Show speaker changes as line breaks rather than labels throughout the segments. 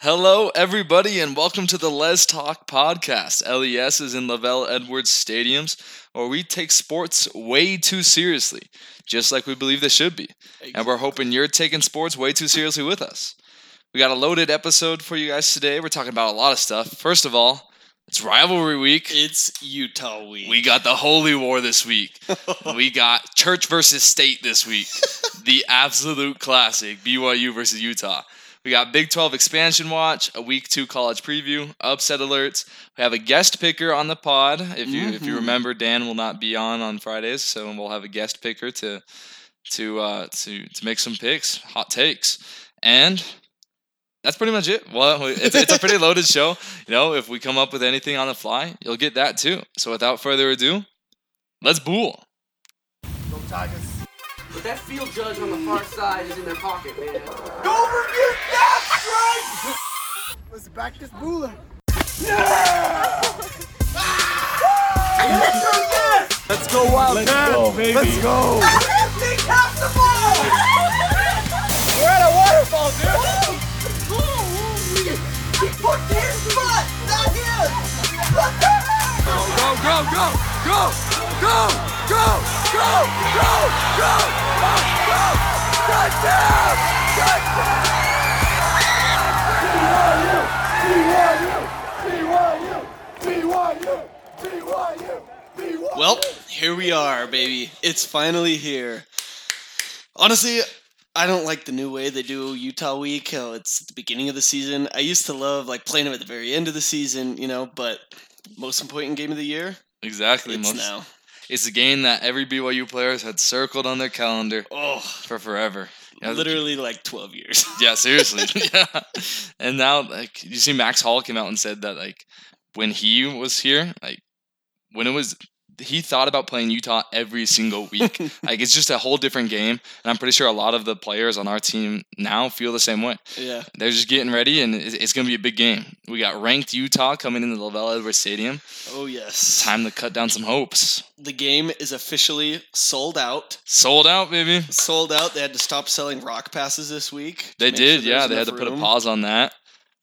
Hello, everybody, and welcome to the Les Talk podcast. LES is in Lavelle Edwards Stadiums, where we take sports way too seriously, just like we believe they should be. And we're hoping you're taking sports way too seriously with us. We got a loaded episode for you guys today. We're talking about a lot of stuff. First of all, it's rivalry week.
It's Utah week.
We got the Holy War this week. We got church versus state this week. the absolute classic BYU versus Utah. We got Big 12 expansion watch, a week two college preview, upset alerts. We have a guest picker on the pod. If you if you
Mhm.
remember, Dan will not be on on Fridays, so we'll have a guest picker to to uh, to to make some picks, hot takes, and that's pretty much it. Well, it's, it's a pretty loaded show. You know, if we come up with anything on the fly, you'll get that too. So without further ado, let's bull.
But that field judge on the far side is in their pocket, man.
Let's back this booler.
Well, here we are, baby. It's finally here. Honestly, I don't like the new way they do Utah week. How it's at the beginning of the season. I used to love like playing them at the very end of the season, you know. But most important game of the year,
Exactly.
it's
Most-
now.
It's a game that every BYU player has had circled on their calendar
Oh,
for forever. You know,
literally like twelve years.
Yeah, seriously. yeah. And now, like, you see, Max Hall came out and said that, like, when he was here, like, when it was, he thought about playing Utah every single week. like, it's just a whole different game. And I'm pretty sure a lot of the players on our team now feel the same way.
yeah,
They're just getting ready, and it's, it's going to be a big game. We got ranked Utah coming into Lavelle Edwards Stadium.
Oh yes.
Time to cut down some hopes.
The game is officially sold out.
Sold out, baby.
Sold out. They had to stop selling rock passes this week. to
They
make
did,
sure there
yeah.
was
They had to
enough
put a
room.
pause on that.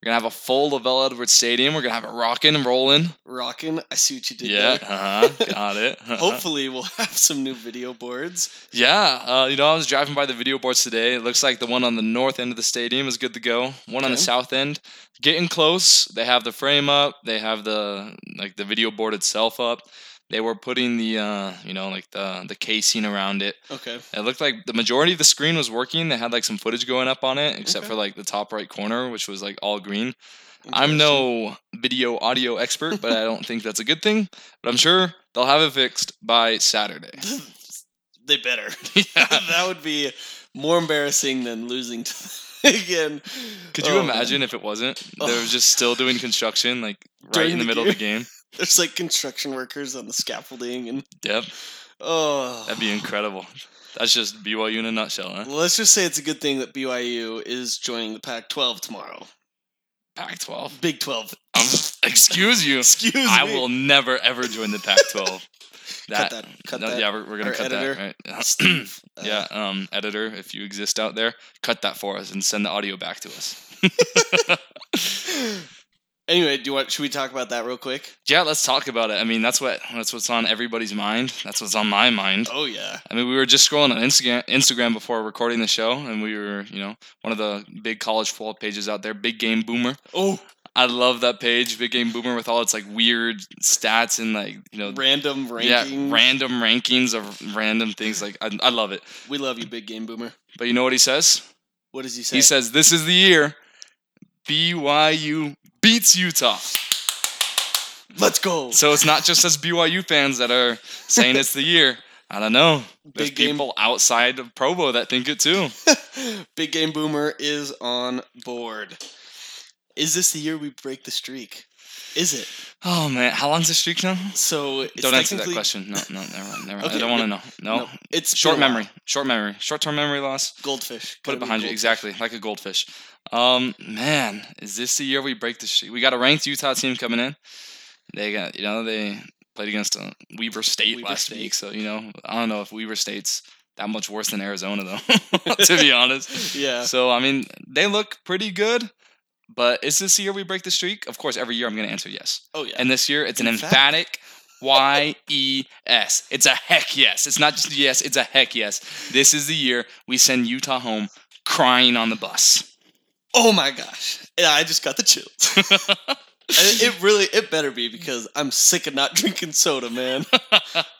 We're gonna have a full Lavelle Edwards Stadium. We're gonna have it rocking and rolling.
Rockin'. I see what you did
Yeah,
there.
uh-huh, got it. uh-huh.
Hopefully, we'll have some new video boards.
Yeah, uh, you know, I was driving by the video boards today. It looks like the one on the north end of the stadium is good to go. One on the
Okay.
south end, getting close. They have the frame up. They have the like the video board itself up. They were putting the uh, you know like the the casing around it.
Okay.
It looked like the majority of the screen was working. They had like some footage going up on it, except
Okay.
for like the top right corner, which was like all green. I'm no video audio expert, but I don't think that's a good thing. But I'm sure they'll have it fixed by Saturday.
They better. that would be more embarrassing than losing to again.
Could you
Oh, man.
imagine if it wasn't?
Oh.
They were just still doing construction, like right
During
in the,
the
middle of the game.
There's like construction workers on the scaffolding, and
Yep,
oh,
that'd be incredible. That's just BYU in a nutshell, huh?
Well, let's just say it's a good thing that BYU is joining the Pac-12 tomorrow.
Pac-12.
Big 12.
Um, excuse you.
Excuse me.
I will never ever join the Pac-12.
cut that. Cut
no,
that.
Yeah, we're, we're gonna
Our
cut
editor.
that, right?
Steve. Uh,
yeah, um, editor, if you exist out there, cut that for us and send the audio back to us.
Anyway, do you want? Should we talk about that real quick?
Yeah, let's talk about it. I mean, that's what that's what's on everybody's mind. That's what's on my mind.
Oh yeah.
I mean, we were just scrolling on Instagram Instagram before recording the show, and we were, you know, one of the big college football pages out there, Big Game Boomer.
Oh,
I love that page, Big Game Boomer, with all its like weird stats and like you know,
random ranking.
Uh, yeah, random rankings of random things. Like I, I love it.
we love you, big game boomer.
But you know what he says?
What does he say?
He says this is the year BYU beats Utah.
"Let's go."
So it's not just us BYU fans that are saying it's the year. I don't know. There's
Big game.
people outside of Provo that think it too.
Big Game Boomer is on board. Is this the year we break the streak? Is it?
Oh man, how long's the streak now?
So it's
don't answer that
technically-
question. No, no, never mind. Never mind. I
Okay,
don't want to know. No.
No, it's
Short
been a while.
memory. Short memory. Short term memory loss.
Goldfish.
Put
Gotta
it
be
behind you.
gold-
Exactly. Like a goldfish. Um, man, is this the year we break the streak? We got a ranked Utah team coming in. They got, you know, they played against uh, Weber State
Weber
last
State.
week. So, you know, I don't know if Weber State's that much worse than Arizona, though, to be honest.
Yeah.
So, I mean, they look pretty good, But is this the year we break the streak? Of course, every year I'm going to answer yes.
Oh yeah.
And this year it's an
In fact.
emphatic Y E S. It's a heck yes. It's not just yes, it's a heck yes. This is the year we send Utah home crying on the bus.
oh my gosh. Yeah, I just got the chills. And it really, it better be because I'm sick of not drinking soda, man.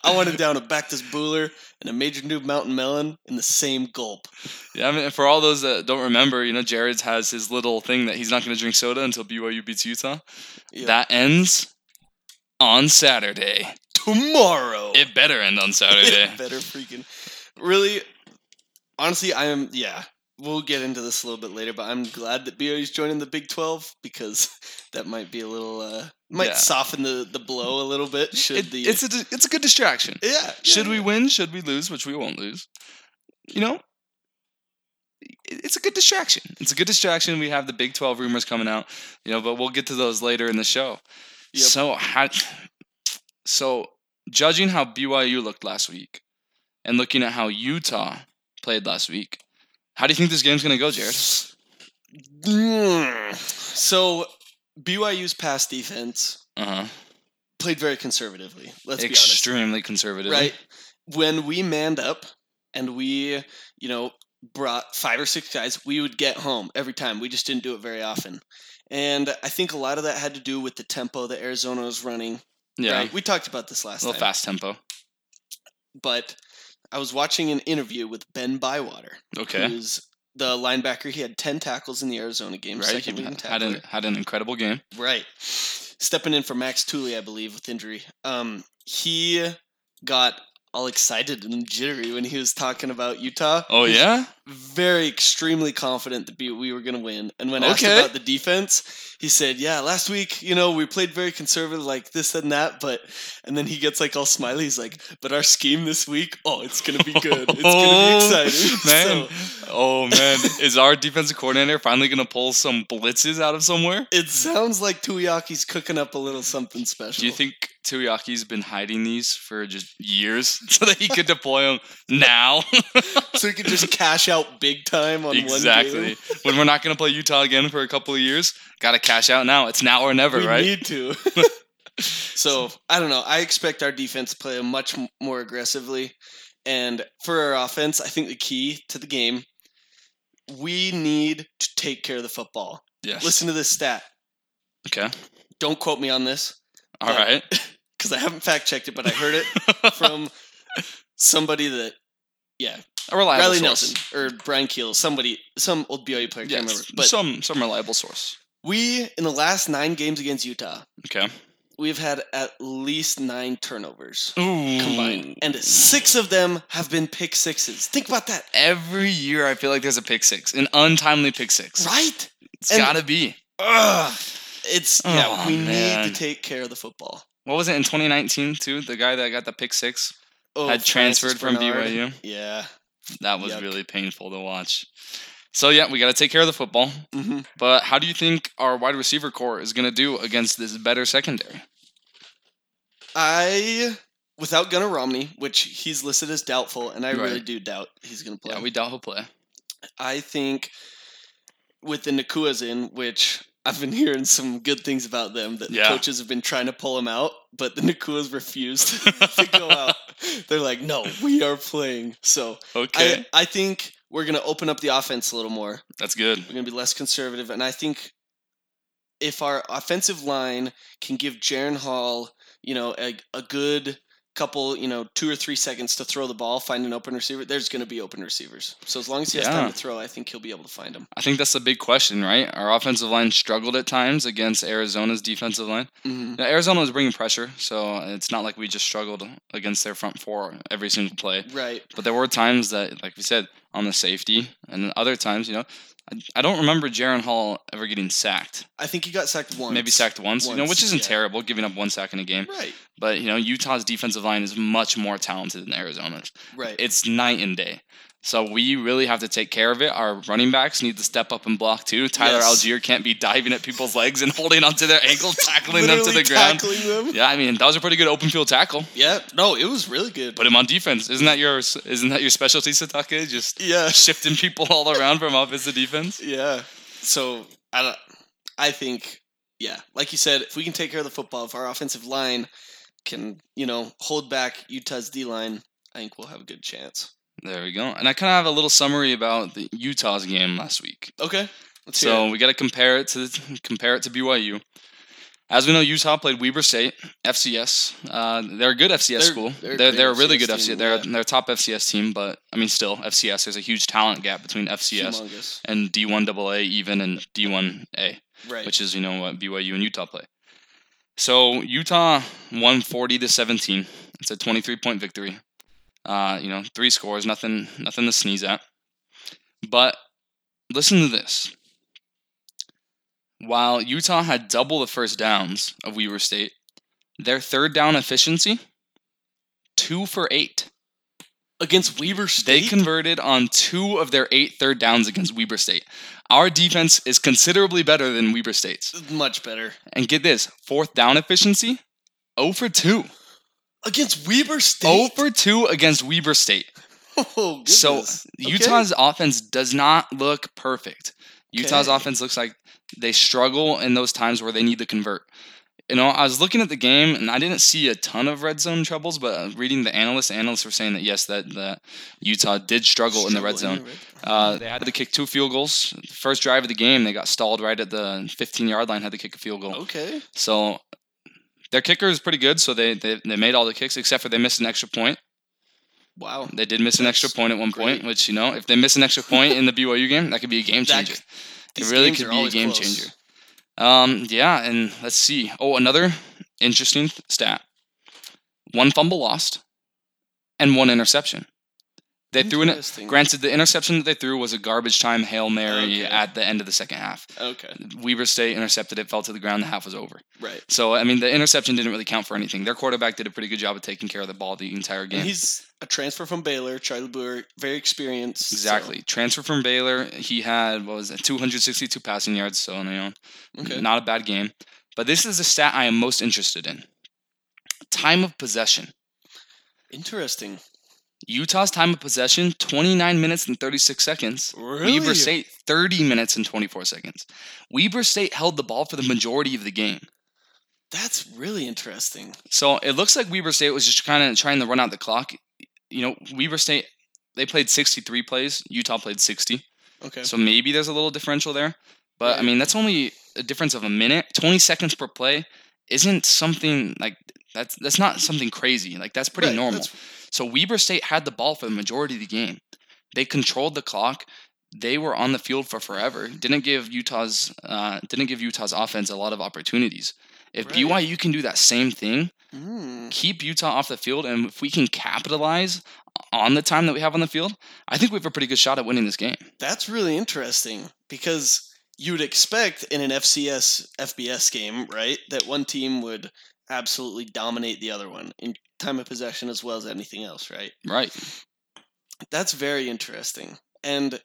I wanted down a Bactus Bueller and a Major New Mountain Melon in the same gulp.
Yeah, I mean, for all those that don't remember, you know, Jared's has his little thing that he's not going to drink soda until BYU beats Utah.
Yeah.
That ends on Saturday.
tomorrow.
It better end on Saturday.
It better freaking. Really, honestly, I am. Yeah, we'll get into this a little bit later, but I'm glad that BYU's joining the Big Twelve because that might be a little uh might
Yeah.
soften the the blow a little bit. Should
It-
the
it's a di- it's a good distraction.
yeah yeah,
Should we
yeah.
win? Should we lose? Which we won't lose. You know, it- it's a good distraction. It's a good distraction. We have the Big Twelve rumors coming out. You know, but we'll get to those later in the show.
Yep.
So how? So judging how BYU looked last week, and looking at how Utah played last week, how do you think this game's gonna go, Jared?
Mm. So BYU's pass defense
Uh huh.
played very conservatively. Let's be honest.
Extremely conservative.
right? When we manned up and we, you know, brought five or six guys, we would get home every time. We just didn't do it very often. And I think a lot of that had to do with the tempo that Arizona was running.
Yeah.
right? We talked about this
A
last
little
time.
fast tempo.
But I was watching an interview with Ben Bywater,
Okay.
who's the linebacker. He had 10 tackles in the Arizona game.
Right.
Second
He had
leading tackler.
an, had an incredible game.
Right. Stepping in for Max Tooley, I believe, with injury. Um, he got all excited and jittery when he was talking about Utah.
Oh yeah.
Very extremely confident that we- we were going to win. And when asked
Okay.
about the defense, he said, "Yeah, last week, you know, we played very conservative, like this and that, but." And then he gets like all smiley. He's like, "But our scheme this week, oh, it's going to be good. It's going to be exciting,
Oh, Man.
So,
Oh man, is our defensive coordinator finally gonna pull some blitzes out of somewhere?
it sounds like Tuiaki's cooking up a little something special.
Do you think Tuiaki's been hiding these for just years so that he could deploy them now?
so he could just cash out big time on one
exactly.
game.
When we're not gonna play Utah again for a couple of years, gotta cash out now. It's now or never,
we
right?
need to. so I don't know. I expect our defense to play much m- more aggressively, and for our offense, I think the key to the game, we need to take care of the football.
yes.
Listen Uh, to this stat.
Okay.
Don't quote me on this
All right.
because I haven't fact checked it, but I heard it from somebody that
A reliable
Riley
source.
Nelson or Brian Keel, somebody, some old BYU player. I Can't remember,
Yes.
but
Some some reliable source.
we in the last nine games against Utah.
Okay.
we've had at least nine turnovers
Ooh.
combined, and six of them have been pick sixes. Think about that,
Every year, I feel like there's a pick six, an untimely pick six.
right?
It's
And-
gotta be.
Ugh. It's yeah.
Oh,
We need
man.
to take care of the football.
What was it in 2019 too? The guy that got the pick six
Oh,
had transferred
Francis
from
Bernard.
BYU.
Yeah.
That was
Yuck.
really painful to watch. So yeah, we gotta take care of the football.
hmm
But how do you think our wide receiver core is gonna do against this better secondary?
I without Gunnar Romney, which he's listed as doubtful, and I really
Right.
do doubt he's going to play.
Yeah, we doubt he'll play.
I think with the Nakua's in, which I've been hearing some good things about them, that
Yeah.
the coaches have been trying to pull them out, but the Nakua's refused to go out. They're like, no, we are playing. So
Okay,
I, I think we're going to open up the offense a little more.
that's good.
We're going to be less conservative. And I think if our offensive line can give Jaron Hall, you know, a, a good couple, you know, two or three seconds to throw the ball, find an open receiver, there's going to be open receivers. So as long as he has
Yeah.
time to throw, I think he'll be able to find them.
I think that's the big question, right? Our offensive line struggled at times against Arizona's defensive line.
Mm-hmm.
Now, Arizona was bringing pressure, so it's not like we just struggled against their front four every single play.
Right.
But there were times that, like we said, on the safety, and then other times, you know, I, I don't remember Jaron Hall ever getting sacked.
I think he got sacked once.
Maybe sacked once, you know,
Once,
which isn't
yeah.
terrible, giving up one sack in a game.
Right.
But you know, Utah's defensive line is much more talented than Arizona's.
Right.
It's night and day. So we really have to take care of it. Our running backs need to step up and block too. Tyler
Yes.
Algier can't be diving at people's legs and holding onto their ankle, tackling them to
Literally
the ground.
Tackling them.
Yeah, I mean that was a pretty good open field tackle.
Yeah. No, it was really good.
Put him on defense. Isn't that your isn't that your specialty, Satake? Just
yeah.
shifting people all around from offense to defense.
Yeah. So I don't. I think, yeah, like you said, if we can take care of the football, if our offensive line can, you know, hold back Utah's D line, I think we'll have a good chance.
There we go. And I kind of have a little summary about the Utah's game last week.
Okay. Let's
so
hear it.
we got to compare it to compare it to BYU. As we know, Utah played Weber State, FCS. Uh, they're a good FCS
They're-
school.
they're a
They're they're,
great
a really
FCS
good FCS.
team,
They're
yeah.
they're a top FCS team, but I mean, still FCS. There's a huge talent gap between FCS
Humongous.
and D1 AA, even and D1A,
Right.
which is you know what BYU and Utah play. So Utah won 40 to 17. It's a 23 point victory. Uh, you know, three scores, nothing, nothing to sneeze at. But listen to this. While Utah had double the first downs of Weaver State, their third down efficiency, two for eight.
Against Weber State.
They converted on two of their eight third downs against Weber State. Our defense is considerably better than Weber State's.
much better.
And get this fourth down efficiency, 0 for 2.
Against Weber
0
State.
for 2 against Weber State.
Oh, goodness.
So
Okay.
Utah's offense does not look perfect. Utah's
Okay.
offense looks like they struggle in those times where they need to convert. You know, I was looking at the game and I didn't see a ton of red zone troubles, but uh, reading the analysts, analysts were saying that yes, that, that Utah did struggle in the red zone.
Struggle in the red-
Uh, they had to kick two field goals. First drive of the game, they got stalled right at the 15 yard line, had to kick a field goal.
Okay.
So their kicker is pretty good. So they, they, they made all the kicks except for they missed an extra point.
Wow.
They did miss an extra
That's
point at one
great.
point, which, you know, if they miss an extra point in the BYU game, that could be a game
That-
changer. It
These
really
games
could
are
be a
always
game
close.
changer. Um, yeah, and let's see. Oh, another interesting th- stat one fumble lost and one interception. They threw an,
Interesting.
Granted, the interception that they threw was a garbage time Hail Mary
Okay.
at the end of the second half.
Okay.
Weber State intercepted it, fell to the ground, the half was over.
Right.
So, I mean, the interception didn't really count for anything. Their quarterback did a pretty good job of taking care of the ball the entire
And
game.
he's a transfer from Baylor, Charlie Brewer, very experienced. so-
Exactly. Transfer from Baylor. He had, what was it, 262 passing yards. So, you know,
Okay.
not a bad game. But this is the stat I am most interested in time of possession.
Interesting.
Utah's time of possession 29 minutes and 36 seconds.
Really?
Weber State 30 minutes and 24 seconds. Weber State held the ball for the majority of the game.
That's really interesting.
So it looks like Weber State was just kind of trying to run out the clock. You know, Weber State they played 63 plays, Utah played 60.
Okay.
So maybe there's a little differential there. But I
Right.
mean, that's only a difference of a minute. 20 seconds per play isn't something like that's that's not something crazy. Like that's pretty
Right,
normal.
that's-
So Weber State had the ball for the majority of the game. They controlled the clock. They were on the field for forever. Didn't give Utah's uh, didn't give Utah's offense a lot of opportunities. If
Right.
BYU can do that same thing,
Mm.
keep Utah off the field, and if we can capitalize on the time that we have on the field, I think we have a pretty good shot at winning this game.
That's really interesting because you would expect in an FCS FBS game, right, that one team would absolutely dominate the other one in time of possession as well as anything else, right?
Right.
That's very interesting. And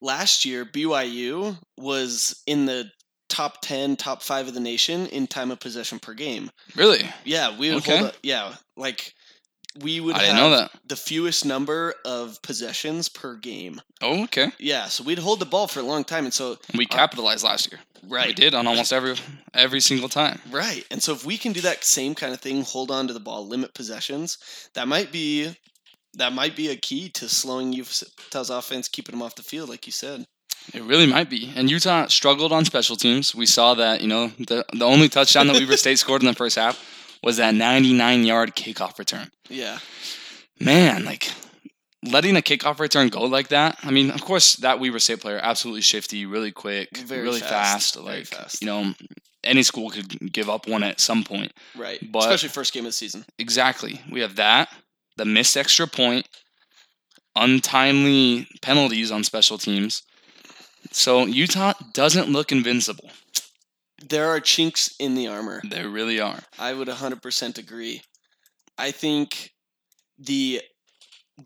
last year, BYU was in the top 10, top 5 of the nation in time of possession per game.
Really?
Yeah, we would
Okay.
hold up. Yeah, like we would
I
have
didn't know that.
the fewest number of possessions per game.
Oh, okay.
Yeah, so we'd hold the ball for a long time, and so
We capitalized last year. We
right,
did on almost every every single time.
right, and so if we can do that same kind of thing, hold on to the ball, limit possessions, that might be that might be a key to slowing Utah's offense, keeping them off the field, like you said.
It really might be. And Utah struggled on special teams. We saw that, you know, the the only touchdown that Weaver State scored in the first half was that 99-yard kickoff return.
Yeah,
Man, like letting a kickoff return go like that. I mean, of course, that Weaver State player absolutely shifty, really quick,
Very
really fast,
fast, very
like
fast.
you know, any school could give up one at some point.
right.
But-
Especially first game of the season.
Exactly. We have that, the missed extra point, untimely penalties on special teams. So Utah doesn't look invincible.
There are chinks in the armor.
They really are.
I would 100% agree. I think the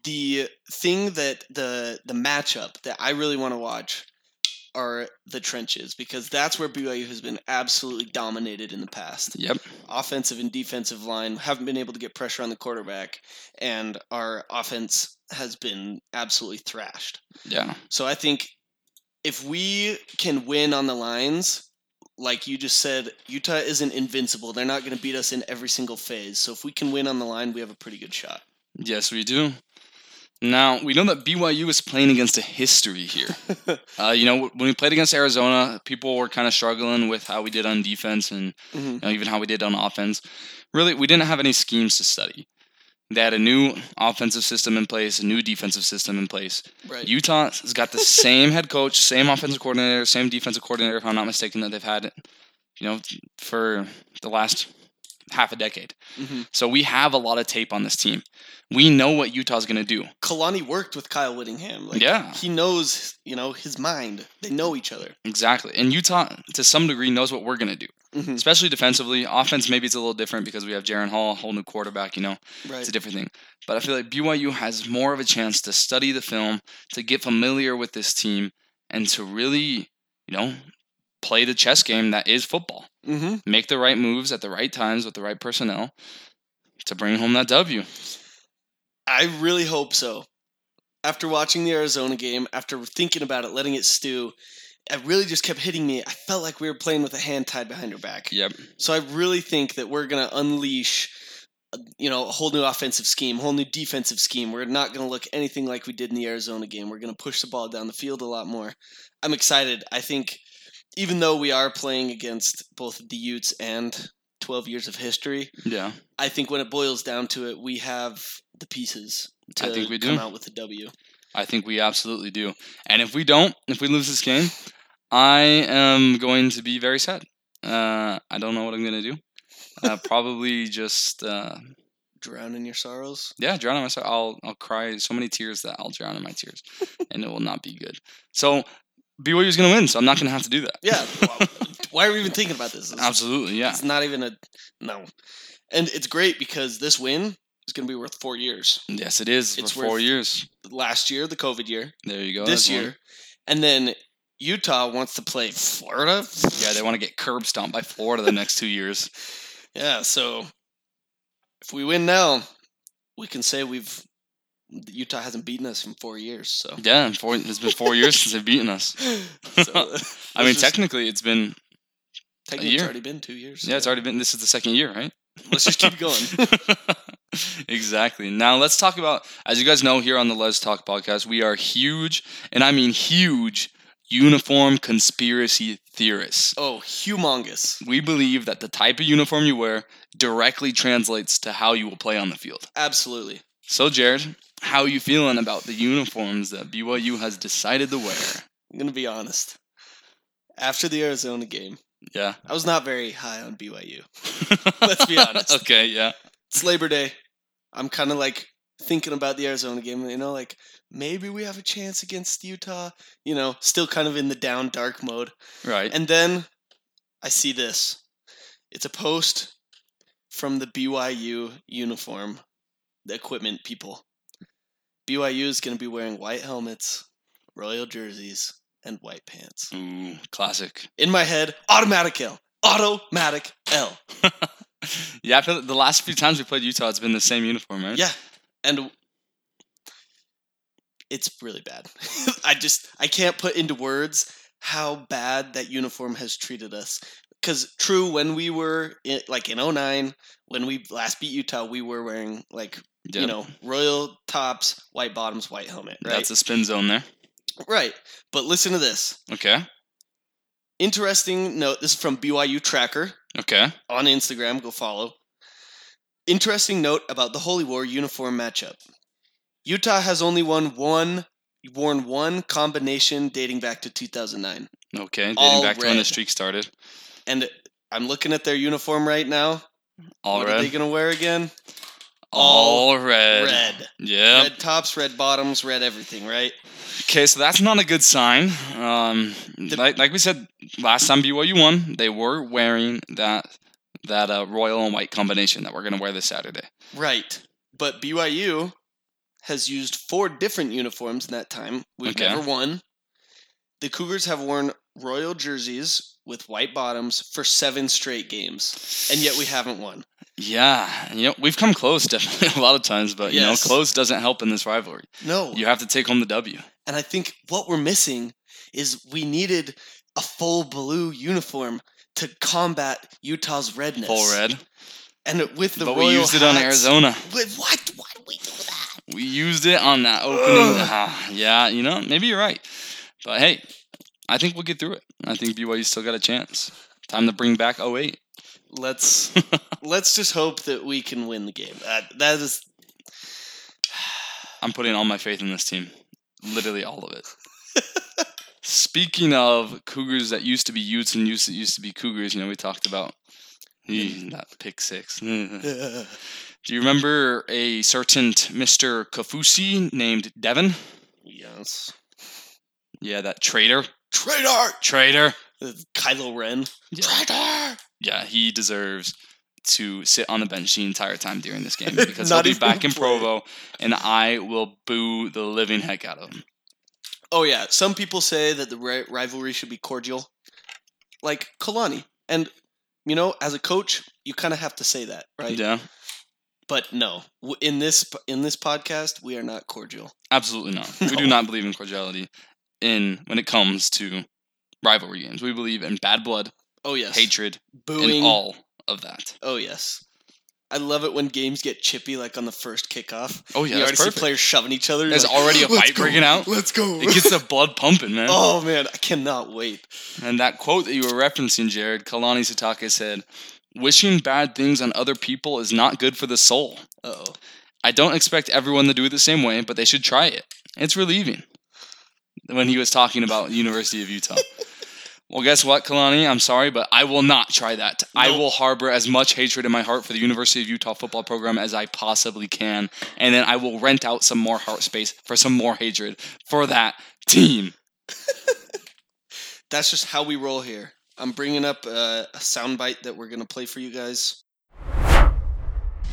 the thing that the the matchup that I really want to watch are the trenches because that's where BYU has been absolutely dominated in the past.
Yep.
Offensive and defensive line haven't been able to get pressure on the quarterback and our offense has been absolutely thrashed.
Yeah.
So I think if we can win on the lines, like you just said, Utah isn't invincible. They're not going to beat us in every single phase. So if we can win on the line, we have a pretty good shot.
Yes, we do. Now we know that BYU is playing against a history here. uh, you know, when we played against Arizona, people were kind of struggling with how we did on defense and
Mhm.
you know, even how we did on offense. Really, we didn't have any schemes to study. They had a new offensive system in place, a new defensive system in place.
Right.
Utah has got the same head coach, same offensive coordinator, same defensive coordinator, if I'm not mistaken, that they've had, you know, for the last half a decade.
Mhm.
So we have a lot of tape on this team. We know what Utah's going to do.
Kalani worked with Kyle Whittingham. Like,
Yeah.
He knows, you know, his mind. They know each other.
Exactly. And Utah, to some degree, knows what we're going to do,
Mhm.
especially defensively. Offense, maybe it's a little different because we have Jaron Hall, whole new quarterback, you know,
Right.
it's a different thing. But I feel like BYU has more of a chance to study the film, to get familiar with this team, and to really, you know, play the chess game that is football.
Mm-hmm.
Make the right moves at the right times with the right personnel to bring home that W.
I really hope so. After watching the Arizona game, after thinking about it, letting it stew, it really just kept hitting me. I felt like we were playing with a hand tied behind our back.
Yep.
So I really think that we're going to unleash, uh, you know, a whole new offensive scheme, whole new defensive scheme. We're not going to look anything like we did in the Arizona game. We're going to push the ball down the field a lot more. I'm excited. I think even though we are playing against both the Utes and 12 years of history,
Yeah.
I think when it boils down to it, we have the pieces to
I think we do.
come out with a W.
I think we absolutely do. And if we don't, if we lose this game, I am going to be very sad. Uh, I don't know what I'm going to do. Uh, probably just uh,
Drown in your sorrows.
yeah, drown in myself. I'll I'll cry so many tears that I'll drown in my tears, and it will not be good. So BYU is going to win, so I'm not going to have to do that.
Yeah. Wow. Why are we even thinking about this? This-
absolutely, yeah.
It's not even a no. And it's great because this win is going to be worth four years.
Yes, it is.
It's
for four
worth-
years.
Last year, the COVID year.
There you go.
this
that's one.
year, and then Utah wants to play Florida.
Yeah, they want to get curb stomped by Florida the next two years.
Yeah. So if we win now, we can say we've Utah hasn't beaten us in four years. So,
Yeah, and four, it's been four years since they've beaten us.
so
I mean,
it's just-
technically, it's been
technically,
year.
it's already been two years.
yeah, it's already been. This is the second year, right?
Let's just keep going.
exactly. Now let's talk about, as you guys know, here on the Let's Talk podcast, we are huge, and I mean huge, uniform conspiracy theorists.
Oh, humongous!
We believe that the type of uniform you wear directly translates to how you will play on the field.
Absolutely.
So, Jared, how are you feeling about the uniforms that BYU has decided to wear?
I'm gonna be honest. After the Arizona game,
Yeah.
I was not very high on BYU. Let's be honest.
okay, yeah.
It's Labor Day. I'm kind of like thinking about the Arizona game, you know, like maybe we have a chance against Utah, you know, still kind of in the down dark mode.
Right.
And then I see this. It's a post from the BYU uniform, the equipment people. BYU is going to be wearing white helmets, royal jerseys, and white pants.
Ooh, classic.
In my head, automatic L. Automatic L.
yeah, I feel like the last few times we played Utah, it's been the same uniform, right?
Yeah, and it's really bad. I just I can't put into words how bad that uniform has treated us. Because true, when we were in, like in 09, when we last beat Utah, we were wearing like you
Yep.
know royal tops, white bottoms, white helmet. Right,
That's a spin zone there.
right. But listen to this.
Okay.
Interesting note. This is from BYU Tracker.
Okay.
on Instagram. Go follow. Interesting note about the Holy War uniform matchup. Utah has only won one, worn one combination dating back to 2009.
Okay. Dating
All
back to when the
red.
streak started.
And I'm looking at their uniform right now.
All
what
red.
are they gonna wear again?
all, red.
Red.
Yeah.
Red tops, red bottoms, red everything. Right.
Okay, so that's not a good sign. Um, like, like we said last time BYU won, they were wearing that that uh, royal and white combination that we're going to wear this Saturday.
Right. But BYU has used four different uniforms in that time. We've
Okay.
never won. The Cougars have worn royal jerseys with white bottoms for seven straight games, and yet we haven't won.
Yeah, you know, we've come close definitely a lot of times, but you
Yes.
know, close doesn't help in this rivalry.
No.
You have to take home the W.
And I think what we're missing is we needed a full blue uniform. to combat Utah's redness.
Full red.
And with the
but
royal
we used it on
hats-
Arizona.
Wait, what? Why do we do that?
We used it on that opening. Ah, yeah, you know, maybe you're right. But hey, I think we'll get through it. I think BYU still got a chance. Time to bring back 08.
Let's let's just hope that we can win the game. Uh, that is
I'm putting all my faith in this team. Literally all of it. Speaking of Cougars that used to be Utes and Utes that used to be Cougars, you know, we talked about eh, that pick six. Do you remember a certain Mr. Kafusi named Devin?
yes.
Yeah, that traitor.
Traitor.
Traitor.
Uh, Kylo Ren.
Yeah.
Traitor.
yeah, he deserves to sit on the bench the entire time during this game because he'll
Not
be
even
back in
play.
Provo, and I will boo the living heck out of him.
Oh yeah, some people say that the ri- rivalry should be cordial, like Kalani. And you know, as a coach, you kind of have to say that, right?
Yeah,
But no, W- in this in this podcast, we are not cordial.
absolutely not. We do
No.
not believe in cordiality in when it comes to rivalry games. We believe in bad blood,
Oh yes,
hatred,
booing.
and all of that.
Oh yes, I love it when games get chippy, like on the first kickoff.
Oh yeah,
you already
that's
see
perfect.
players shoving each other. you're
There's
like,
already a
"Let's
fight
go,
breaking out.
Let's go.
It gets the blood pumping, man.
oh man, I cannot wait.
And that quote that you were referencing, Jared, Kalani Satake said, "Wishing bad things on other people is not good for the soul."
Oh,
I don't expect everyone to do it the same way, but they should try it. It's relieving. When he was talking about University of Utah. well, guess what, Kalani? I'm sorry, but I will not try that. I
No.
will harbor as much hatred in my heart for the University of Utah football program as I possibly can, and then I will rent out some more heart space for some more hatred for that team.
that's just how we roll here. I'm bringing up uh, a soundbite that we're gonna play for you guys.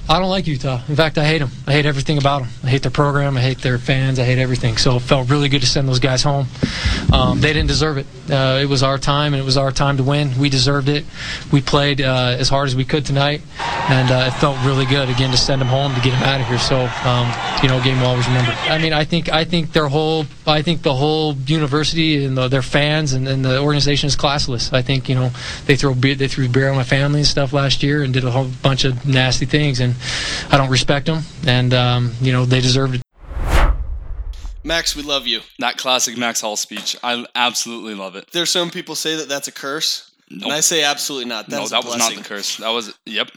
I don't like Utah. In fact, I hate them. I hate everything about them. I hate their program. I hate their fans. I hate everything. So it felt really good to send those guys home. Um, they didn't deserve it. Uh, it was our time, and it was our time to win. We deserved it. We played uh, as hard as we could tonight, and uh, it felt really good again to send them home to get them out of here. So um, you know, a game we'll always remember. I mean, I think I think their whole I think the whole university and the, their fans and, and the organization is classless. I think you know they throw beer, they threw beer on my family and stuff last year and did a whole bunch of nasty things, and I don't respect them. And um, you know they deserved it.
Max, we love you.
That classic Max Hall speech. I absolutely love it.
There's some people say that that's a curse,
Nope.
and I say absolutely not. That's
no,
a
that was not
blessing.
the curse. That was yep.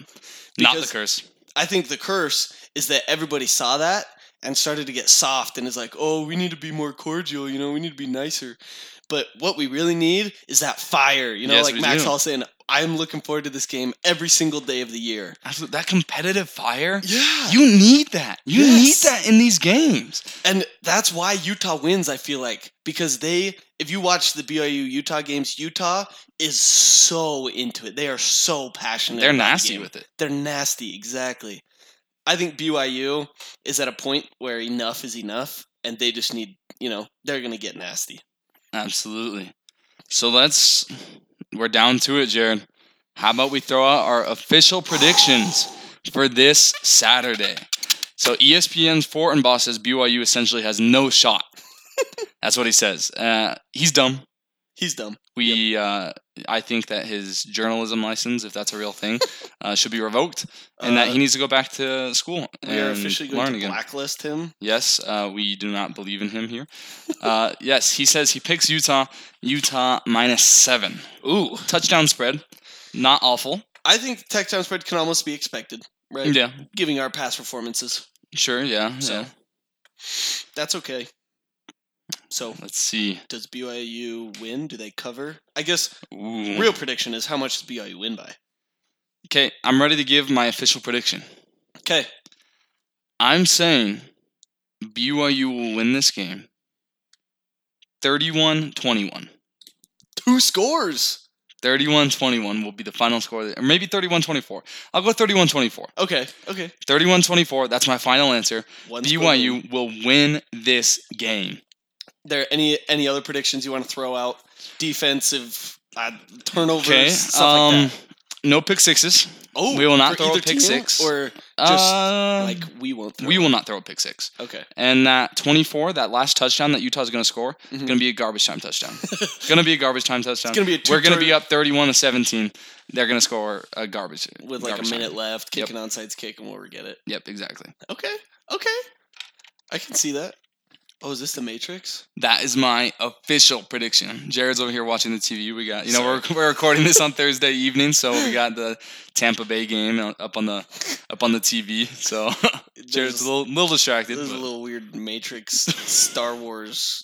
not the
Because-
curse.
I think the curse is that everybody saw that and started to get soft and is like, oh, we need to be more cordial, you know, we need to be nicer. But what we really need is that fire, you know,
Yes,
like
we
Max
do.
Hall saying, I'm looking forward to this game every single day of the year.
Absolutely. That competitive fire.
Yeah.
You need that. You
Yes.
need that in these games.
And that's why Utah wins, I feel like, because they, if you watch the BYU Utah games, Utah is so into it. They are so passionate.
They're
about the
nasty
game.
with it.
They're nasty, exactly. I think BYU is at a point where enough is enough, and they just need, you know, they're going to get nasty.
Absolutely. So let's we're down to it, Jared. How about we throw out our official predictions for this Saturday? So E ESPN's Fortin boss says BYU essentially has no shot. That's what he says. Uh, he's dumb.
He's dumb.
We, uh, I think that his journalism license, if that's a real thing, uh, should be revoked, and that
Uh,
he needs to go back to school
We
and
are officially
learn
going to
again.
blacklist him.
Yes, uh, we do not believe in him here. Uh, yes, he says he picks Utah. Utah minus seven. Ooh, touchdown spread. Not awful.
I think the touchdown spread can almost be expected, right?
Yeah,
Giving our past performances.
sure. Yeah,
So.
yeah.
That's okay. So,
Let's see.
does BYU win? Do they cover? I guess
Ooh.
real prediction is how much does BYU win by?
Okay, I'm ready to give my official prediction.
Okay.
I'm saying BYU will win this game 31 21.
Two scores.
31 21 will be the final score, or maybe 31 24. I'll go 31 24.
Okay. Okay.
31 24, that's my final answer.
One score win.
BYU will win this game.
there any any other predictions you want to throw out? Defensive uh, turnovers,
Okay.
stuff
Um,
like that.
No pick sixes.
Oh,
we will not
for
throw a
either
pick
team
six.
or Just
Uh,
like we won't. Throw
we
it.
will not throw a pick six.
Okay.
And that 24, that last touchdown that Utah's going to score, is
Mhm.
going to be a garbage time touchdown. going to be a garbage time touchdown.
gonna be a
We're going to
two-turn-
be up 31 to 17. They're going to score a garbage
With like a
garbage time.
minute left,
Yep.
kick an onside kick, and we'll get it.
Yep, exactly.
Okay. Okay. I can see that. Oh, is this the Matrix?
That is my official prediction. Jared's over here watching the TV. We got, you know, we're, we're recording this on Thursday evening, so we got the Tampa Bay game on- up on the up on the TV. So Jared's a little, little distracted.
This is a
but-
little weird Matrix, Star Wars,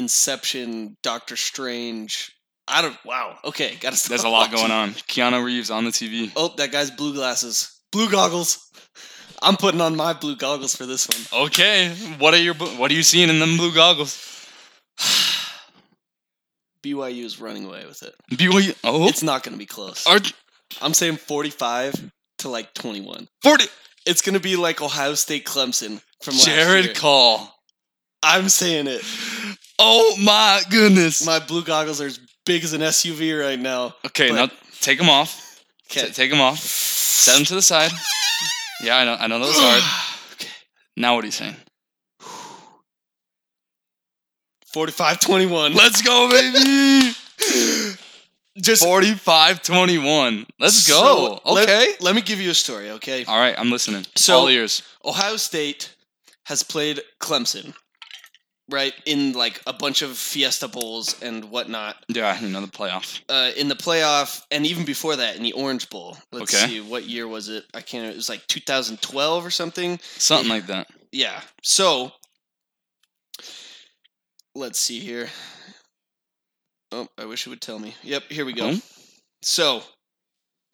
Inception, Doctor Strange. I don't. Wow. Okay. Got to.
there's a lot going on. Keanu Reeves on the TV.
Oh, that guy's blue glasses, blue goggles. I'm putting on my blue goggles for this one.
Okay, what are your what are you seeing in them blue goggles?
BYU is running away with it.
BYU. Oh,
It's not going to be close.
are,
I'm saying 45 to like 21.
40.
It's going to be like Ohio State Clemson from last year.
Jared Call.
I'm saying it.
Oh my goodness.
My blue goggles are as big as an SUV right now.
okay,
but-
now take them off.
Okay.
T- take them off. Set them to the side. Yeah, I know. I know that was hard. Now what are you saying?
45 21.
Let's go, baby.
just
45-21. Let's
So,
go.
let-
okay.
Let, me give you a story, okay?
All right, I'm listening.
So-
All ears.
Ohio State has played Clemson, right? In like a bunch of Fiesta Bowls and whatnot.
Yeah, you know the playoff.
uh, in the playoff and even before that in the Orange Bowl. Let's
Okay.
see what year was it? I can't. It was like 2012 or something.
Something like that.
Yeah. So let's see here. Oh, I wish it would tell me. Yep. Here we go.
Oh.
So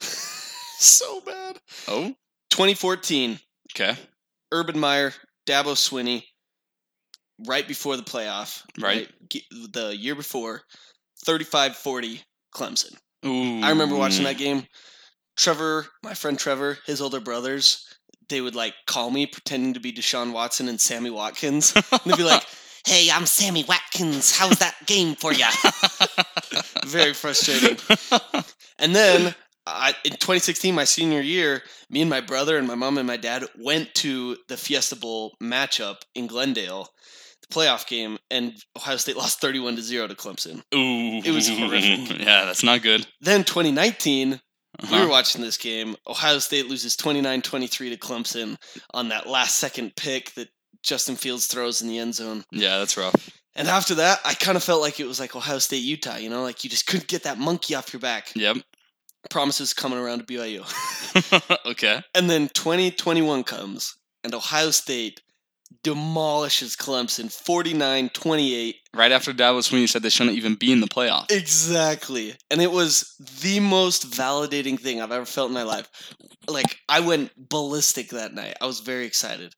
so bad.
Oh.
2014.
Okay.
Urban Meyer, Dabo Swinney, right before the playoff.
Right.
G- The year before, 35-40 Clemson.
Ooh.
I remember watching that game. Trevor, my friend Trevor, his older brothers, they would like call me pretending to be Deshaun Watson and Sammy Watkins. And they'd be like, "Hey, I'm Sammy Watkins. How's that game for ya?" Very frustrating. And then I, in 2016, my senior year, me and my brother and my mom and my dad went to the Fiesta Bowl matchup in Glendale, the playoff game, and Ohio State lost 31 to zero to Clemson.
Ooh.
It was horrific.
Yeah, that's not good.
Then 2019, we were
Uh-huh.
watching this game. Ohio State loses 29 23 to Clemson on that last second pick that Justin Fields throws in the end zone.
Yeah, that's rough.
And after that, I kind of felt like it was like Ohio State, Utah, you know, like you just couldn't get that monkey off your back.
Yep.
Promises coming around to BYU.
okay.
And then 2021 comes, and Ohio State demolishes Clemson 49 28.
Right after Dabo Sweeney said they shouldn't even be in the playoff.
Exactly. And it was the most validating thing I've ever felt in my life. Like, I went ballistic that night. I was very excited.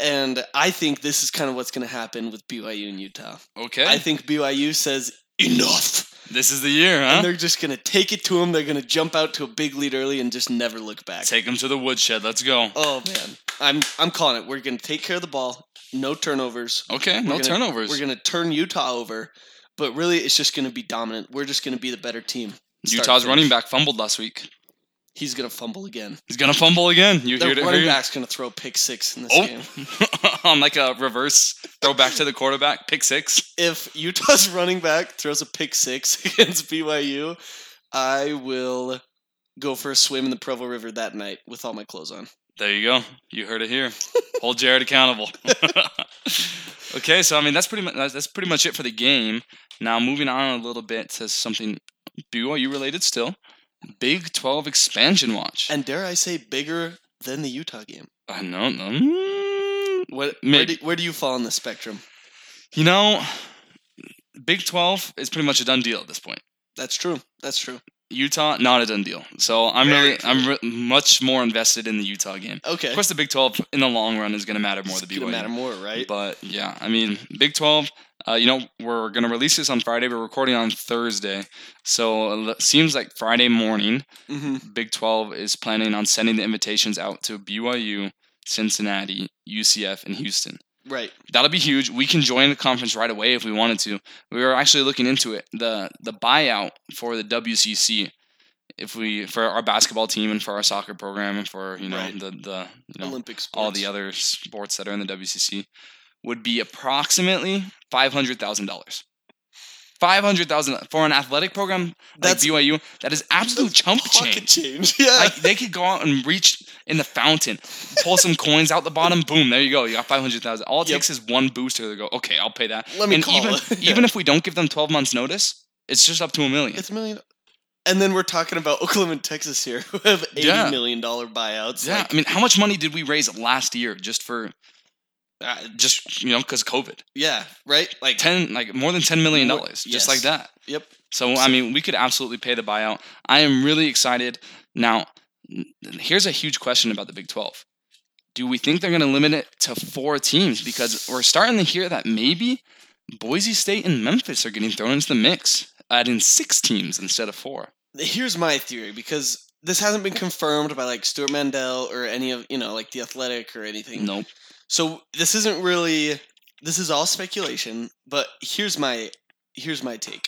And I think this is kind of what's going to happen with BYU and Utah.
Okay.
I think BYU says, enough.
this is the year,
And
huh?
they're just going to take it to them. They're going to jump out to a big lead early and just never look back.
Take them to the woodshed. Let's go.
oh, man. I'm, I'm calling it. We're going to take care of the ball, no turnovers.
Okay, no
gonna-
turnovers.
We're going to turn Utah over, but really it's just going to be dominant. We're just going to be the better team. Start to
Utah's
finish.
running back fumbled last week.
He's going to fumble again.
He's gonna fumble again. You
Their
heard it
running
here.
back's going to throw a pick six in this game.
Oh, on like a reverse throwback to the quarterback, pick six.
If Utah's running back throws a pick six against BYU, I will go for a swim in the Provo River that night with all my clothes on.
There you go. You heard it here. Hold Jared accountable. okay, so I mean that's pretty much that's that's pretty much it for the game. Now moving on a little bit to something BYU related still. Big Twelve expansion watch.
And dare I say, bigger than the Utah game.
I don't know. Mm, What?
Where
Maybe.
do, where do you fall on the spectrum?
You know, Big 12 is pretty much a done deal at this point.
That's true. That's true.
Utah, not a done deal. So I'm
Very
really, I'm re- much more invested in the Utah game.
Okay.
Of course, the Big 12 in the long run is going to matter more
It's
than
gonna
BYU.
matter more, right?
But yeah, I mean, Big 12. Uh, you know, we're going to release this on Friday. We're recording on Thursday, so it seems like Friday morning.
hmm
Big 12 is planning on sending the invitations out to BYU, Cincinnati, UCF, and Houston.
Right.
That'll be huge. We can join the conference right away if we wanted to. We were actually looking into it. The the buyout for the WCC if we for our basketball team and for our soccer program and for you know
Right.
the the you know,
Olympic sports.
all the other sports that are in the WCC would be approximately five hundred thousand dollars. Five hundred thousand for an athletic program like
That's-
BYU. That is absolute chump
pocket
change.
change. Yeah.
Like they could go out and reach in the fountain, pull some coins out the bottom. Boom, there you go. You got five hundred thousand. All it
Yep.
takes is one booster to go. Okay, I'll pay that.
Let me
and
call
even
it. Yeah.
even if we don't give them twelve months notice, it's just up to a million.
it's a million. And then we're talking about Oklahoma and Texas here who have eighty
Yeah.
million dollar buyouts.
yeah,
Like,
I mean, how much money did we raise last year just for
uh,
just you know because COVID?
yeah, right. Like
Ten like more than ten million
More-
dollars,
yes.
just like that.
yep.
So I mean, we could absolutely pay the buyout. I am really excited. Now, n- here's a huge question about the Big 12. Do we think they're going to limit it to four teams? Because we're starting to hear that maybe Boise State and Memphis are getting thrown into the mix, adding six teams instead of four.
here's my theory because this hasn't been confirmed by like Stuart Mandel or any of you know like the athletic or anything.
Nope.
So this isn't really this is all speculation, but here's my here's my take.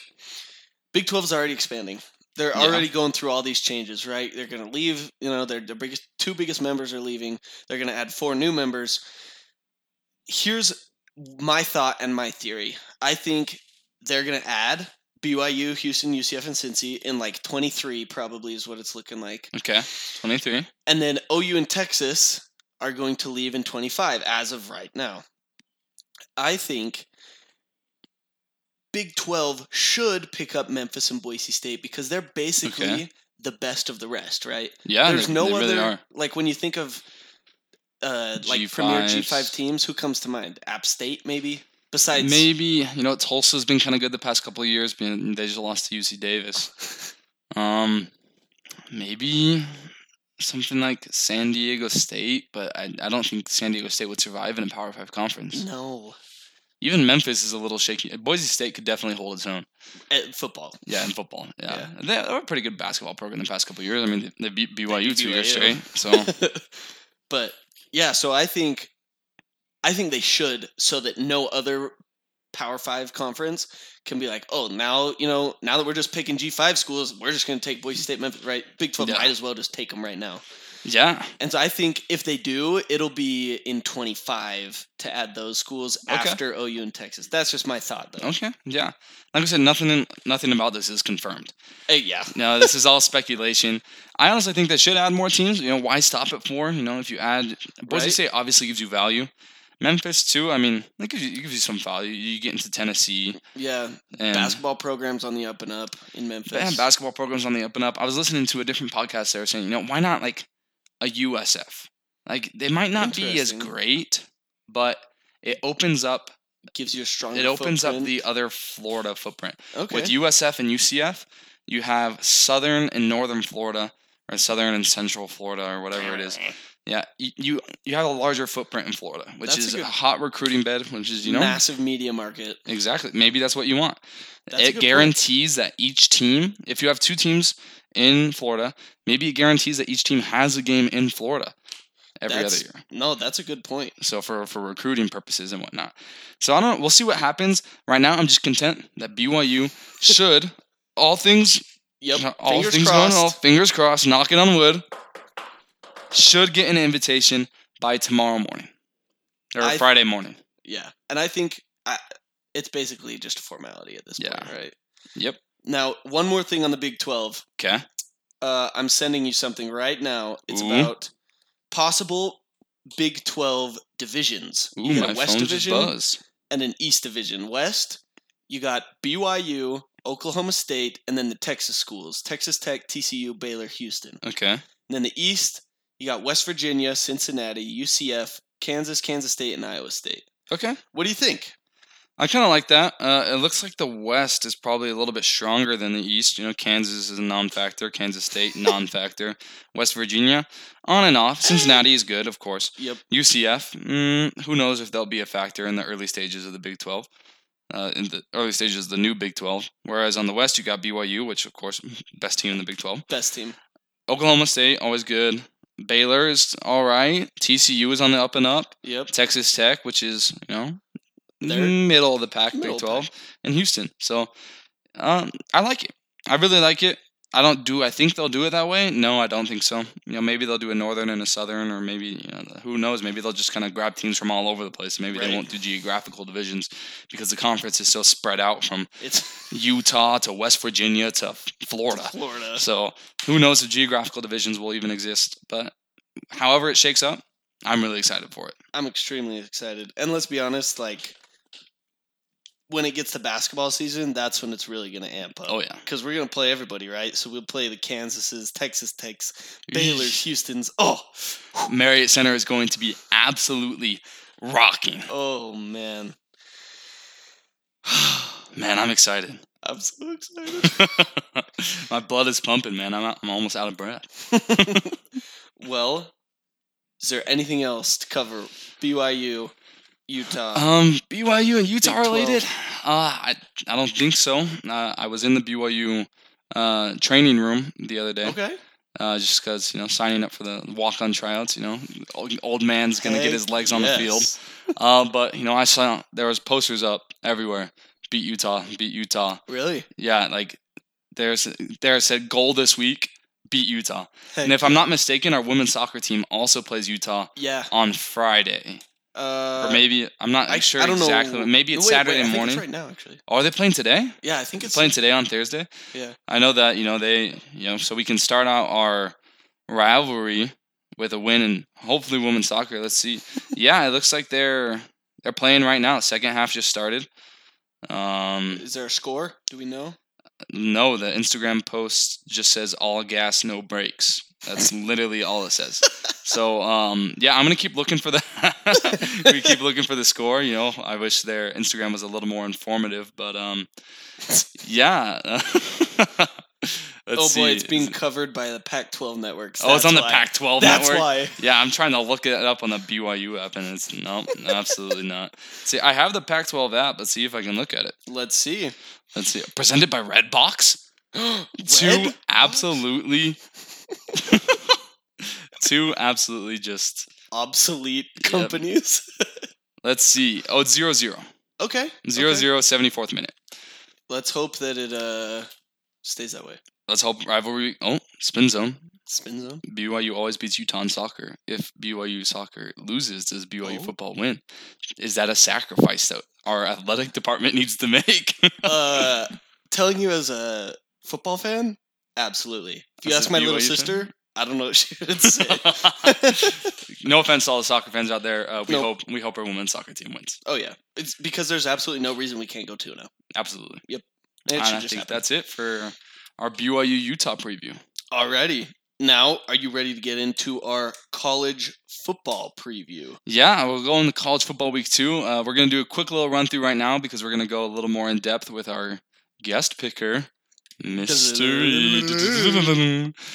Big 12's already expanding. They're
Yeah.
already going through all these changes, right? They're going to leave, you know, their, their biggest two biggest members are leaving. They're going to add four new members. Here's my thought and my theory. I think they're going to add BYU, Houston, UCF, and Cincy in like 23 probably is what it's looking like.
Okay. 23.
And then OU and Texas are going to leave in 25 as of right now. I think Big 12 should pick up Memphis and Boise State because they're basically
Okay.
the best of the rest, right?
Yeah.
There's
they,
no
they
other
really are.
like when you think of uh like premier G5
G5s.
teams, who comes to mind? App State maybe? Besides
Maybe you know Tulsa's been kind of good the past couple of years. Being they just lost to UC Davis. Um, maybe something like San Diego State, but I, I don't think San Diego State would survive in a Power Five conference.
no
Even Memphis is a little shaky. Boise State could definitely hold its own.
at Eh, football.
Yeah, in football. Yeah, They- they're a pretty good basketball program the past couple of years. I mean, they, they beat BYU two years straight.
BYU.
So
but yeah, so I think I think they should so that no other Power 5 conference can be like, "Oh, now, you know, now that we're just picking G5 schools, we're just going to take Boise State Memphis right Big 12
Yeah.
might as well just take them right now."
yeah,
And so I think if they do, it'll be in 25 to add those schools
Okay.
after OU and Texas. That's just my thought though.
okay, yeah. Like I said, nothing in, nothing about this is confirmed.
Uh, yeah.
No, this is all speculation. I honestly think they should add more teams. You know, why stop at four? You know, if you add Boise
Right.
State, obviously gives you value. Memphis too. I mean, it gives you, it gives you some value. You get into Tennessee
Yeah.
and
Basketball programs on the up and up in Memphis.
they have basketball programs on the up and up. I was listening to a different podcast there saying, you know, why not like a USF? Like they might not be as
Interesting.
great, but it opens up.
gives you a strong
It opens up the other Florida footprint.
okay.
With USF and UCF, you have Southern and Northern Florida, or Southern and Central Florida, or whatever it is. Yeah, you you, you have a larger footprint in Florida, which
That's a
is a,
good-
hot recruiting bed, which is you know
massive media market.
exactly maybe that's what you want.
That's a good
it
point.
guarantees that each team, if you have two teams in Florida, maybe it guarantees that each team has a game in Florida every
That's-
other year.
No, that's a good point.
So for for recruiting purposes and whatnot. So I don't. We'll see what happens. Right now, I'm just content that BYU should. All things
Yep.
all
Fingers
things
crossed.
going well. Fingers crossed. Knocking on wood. Should get an invitation by tomorrow morning or
I-
Friday morning.
Yeah, and I think I, it's basically just a formality at this point,
Yeah.
right?
Yep.
Now, one more thing on the Big Twelve.
Okay.
Uh, I'm sending you something right now. It's
Ooh.
about possible Big Twelve divisions.
Ooh,
You got
my
a West
phone
division
just buzzed.
and an East division. West, you got BYU, Oklahoma State, and then the Texas schools: Texas Tech, TCU, Baylor, Houston.
Okay.
And then the East, you got West Virginia, Cincinnati, UCF, Kansas, Kansas State, and Iowa State.
Okay.
What do you think?
I kind of like that. Uh, it looks like the West is probably a little bit stronger than the East. You know, Kansas is a non-factor. Kansas State, non-factor. West Virginia, on and off. Cincinnati is good, of course.
Yep.
UCF, mm, who knows if they'll be a factor in the early stages of the Big 12, uh, in the early stages of the new Big 12. Whereas on the West, you got BYU, which, of course, best team in the Big 12.
Best team.
Oklahoma State, always good. Baylor is all right. TCU is on the up and up.
Yep.
Texas Tech, which is, you know,
They're-
middle of the pack, Big
middle of the
12, and Houston. So um, I like it. I really like it. I don't do. I think they'll do it that way. No, I don't think so. You know, maybe they'll do a northern and a southern, or maybe you know, who knows? Maybe they'll just kind of grab teams from all over the place. Maybe
Right.
they won't do geographical divisions because the conference is so spread out from
It's
Utah to West Virginia to F- Florida.
Florida.
So who knows if geographical divisions will even exist? But however it shakes up, I'm really excited for it.
I'm extremely excited. And let's be honest, like when it gets to basketball season, that's when it's really going to amp up.
Oh yeah,
Because we're going to play everybody, right? So we'll play the Kansases, Texas Techs, Baylor's, Houston's. Oh,
Marriott Center is going to be absolutely rocking.
oh man,
Man, I'm excited.
I'm so excited.
My blood is pumping, man. I'm, out, I'm almost out of breath.
well, is there anything else to cover? BYU, Utah.
Um, BYU and Utah
Big 12.
related? Uh, I I don't think so. Uh, I was in the BYU uh, training room the other day,
okay.
uh, just because you know signing up for the walk-on tryouts. You know, old, old man's gonna
Heck
get his legs on the field.
yes.
Uh, but you know, I saw there was posters up everywhere. Beat Utah, beat Utah.
Really?
Yeah, like there's there it said goal this week. Beat Utah.
Heck
And if I'm not mistaken, our women's soccer team also plays Utah
yeah.
on Friday.
Uh,
or maybe I'm not
I-
sure
I don't know.
exactly. when- Maybe it's
Wait, wait,
Saturday
I think it's
morning.
right now, actually.
Are they playing today?
Yeah, I think it's
playing today on Thursday.
Yeah.
I know that you know they you know so we can start out our rivalry with a win and hopefully women's soccer. Let's see. yeah, it looks like they're they're playing right now. Second half just started. Um,
Is there a score? Do we know?
no, the Instagram post just says all gas, no brakes. That's literally all it says. So um, yeah, I'm gonna keep looking for the we keep looking for the score. You know, I wish their Instagram was a little more informative, but um, yeah.
oh boy, it's being covered by the Pac-12 networks.
oh, it's on the
That's
Pac-12
why. That's
network.
why.
Yeah, I'm trying to look it up on the BYU app, and it's no, absolutely not. See, I have the Pac-12 app. Let's see if I can look at it.
Let's see.
Let's see. Presented by Redbox. two
Red?
absolutely two absolutely just
obsolete companies.
let's see oh it's zero zero
okay.
zero
okay.
zero seventy fourth minute
Let's hope that it uh stays that way.
let's hope rivalry oh spin zone
Spin zone.
BYU always beats Utah in soccer if BYU soccer loses does BYU
Oh.
football win is that a sacrifice that our athletic department needs to make
Uh, telling you as a football fan, absolutely. If you
As
ask
a
my little
BYU fan?
sister, I don't know what she would say.
no offense to all the soccer fans out there uh, we
No.
hope we hope our women's soccer team wins
oh yeah, it's because there's absolutely no reason we can't go two now.
absolutely
It
and
should
I
just
think
happen.
that's it for our BYU Utah preview
Alrighty. Now, are you ready to get into our college football preview?
Yeah, we'll go into college football week two. Uh, we're going to do a quick little run through right now because we're going to go a little more in depth with our guest picker, Mystery.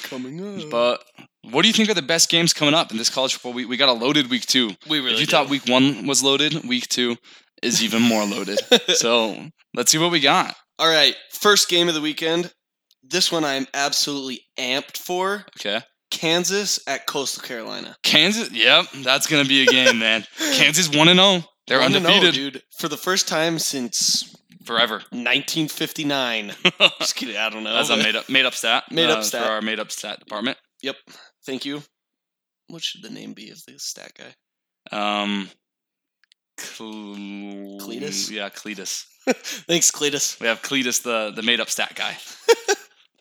Coming up.
but what do you think are the best games coming up in this college football week? We got a loaded week two.
we really
if you
do.
thought week one was loaded, week two is even more loaded. so let's see what we got.
All right, first game of the weekend. This one I'm absolutely amped for.
Okay.
Kansas at Coastal Carolina.
Kansas. Yep, that's going to be a game, man. Kansas 1 and oh, 0. They're
1 and 0,
undefeated
dude. For the first time since
forever.
1959. Just kidding. I don't know.
That's a
but-
made up made up stat.
Made up
uh,
stat.
for our made up stat department.
Yep. Thank you. What should the name be of this stat guy?
Um, Cle-
Cletus?
Yeah, Cletus.
Thanks, Cletus.
We have Cletus, the the made up stat guy.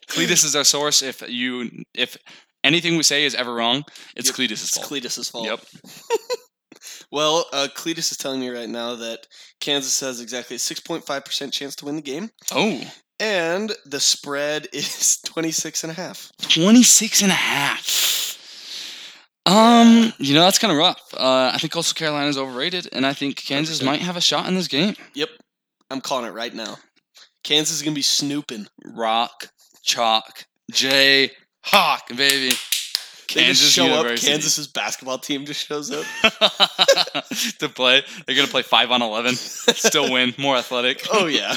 Cletus is our source. If you if anything we say is ever wrong, it's
Yep,
Cletus's
It's
fault.
Cletus's fault.
Yep.
Well, uh, Cletus is telling me right now that Kansas has exactly a 6.5% chance to win the game,
Oh,
and the spread is 26 and a half.
26 and a half. Um, you know that's kind of rough. Uh, I think Coastal Carolina's overrated, and I think Kansas
100%.
might have a shot in this game.
Yep. I'm calling it right now. Kansas is going to be snooping.
Rock, chalk, J Hawk, baby.
They just
Kansas
show
University.
up. Kansas's basketball team just shows up.
to play. They're gonna play five on eleven. Still win. More athletic.
oh, yeah.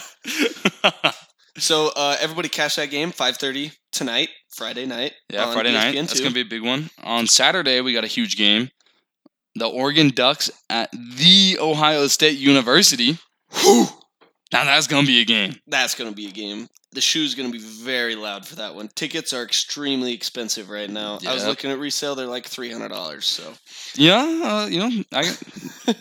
Oh, So uh, everybody cash that game, 5.30 tonight, Friday night.
yeah,
on E
Friday night.
ESPN2.
That's gonna be a big one. On Saturday, we got a huge game. The Oregon Ducks at the Ohio State University. Now that's gonna be a game.
That's going to be a game. the shoe's going to be very loud for that one. Tickets are extremely expensive right now. I was
Yep.
looking at resale; they're like three hundred dollars. So
Yeah, uh, you know, I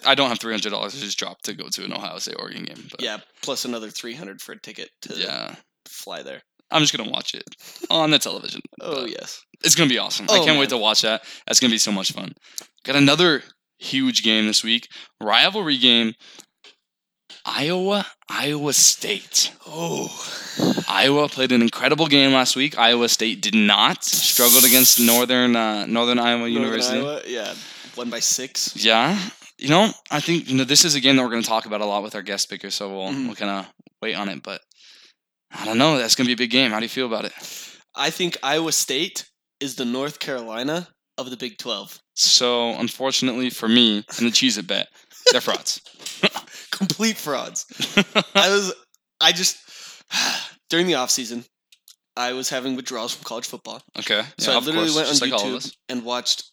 I don't have three hundred dollars to just drop to go to an Ohio State Oregon game. But
yeah, plus another three hundred for a ticket to
yeah,
fly there.
I'm just gonna watch it on the television.
Oh
but
yes,
it's gonna be awesome. I
Oh,
can't wait to
man.
watch that. That's gonna be so much fun. Got another huge game this week, rivalry game. Iowa, Iowa State.
Oh,
Iowa played an incredible game last week. Iowa State did not struggled against Northern uh, Northern Iowa University.
Northern Iowa, yeah, one by six.
Yeah, you know, I think you know, this is a game that we're going to talk about a lot with our guest speaker, so we'll
Mhm.
we'll kind of wait on it. But I don't know. That's going to be a big game. How do you feel about it?
I think Iowa State is the North Carolina of the Big Twelve.
So unfortunately for me and the Cheez It bet, they're frauds.
Complete frauds. I was, I just during the off season, I was having withdrawals from college football.
okay. Yeah,
So I
of
literally
course,
went on
just like all of
YouTube
us.
and watched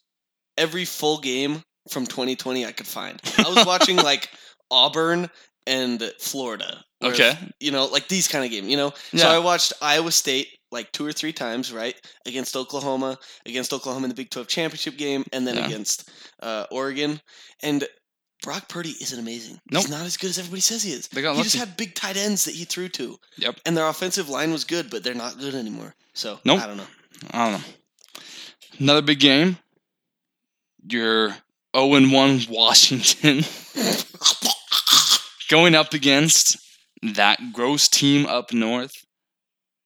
every full game from 2020 I could find. I was watching like Auburn and Florida. where,
Okay.
You know, like these kind of games, you know? So
Yeah.
I watched Iowa State like two or three times, right? Against Oklahoma, against Oklahoma in the Big 12 championship game, and then
Yeah.
against uh, Oregon. And Brock Purdy isn't amazing.
Nope.
He's not as good as everybody says he is.
They got
he just
lucky.
had big tight ends that he threw to.
Yep.
And their offensive line was good, but they're not good anymore. So
Nope.
I don't know.
I don't know. Another big game. Your 0 1 Washington going up against that gross team up north,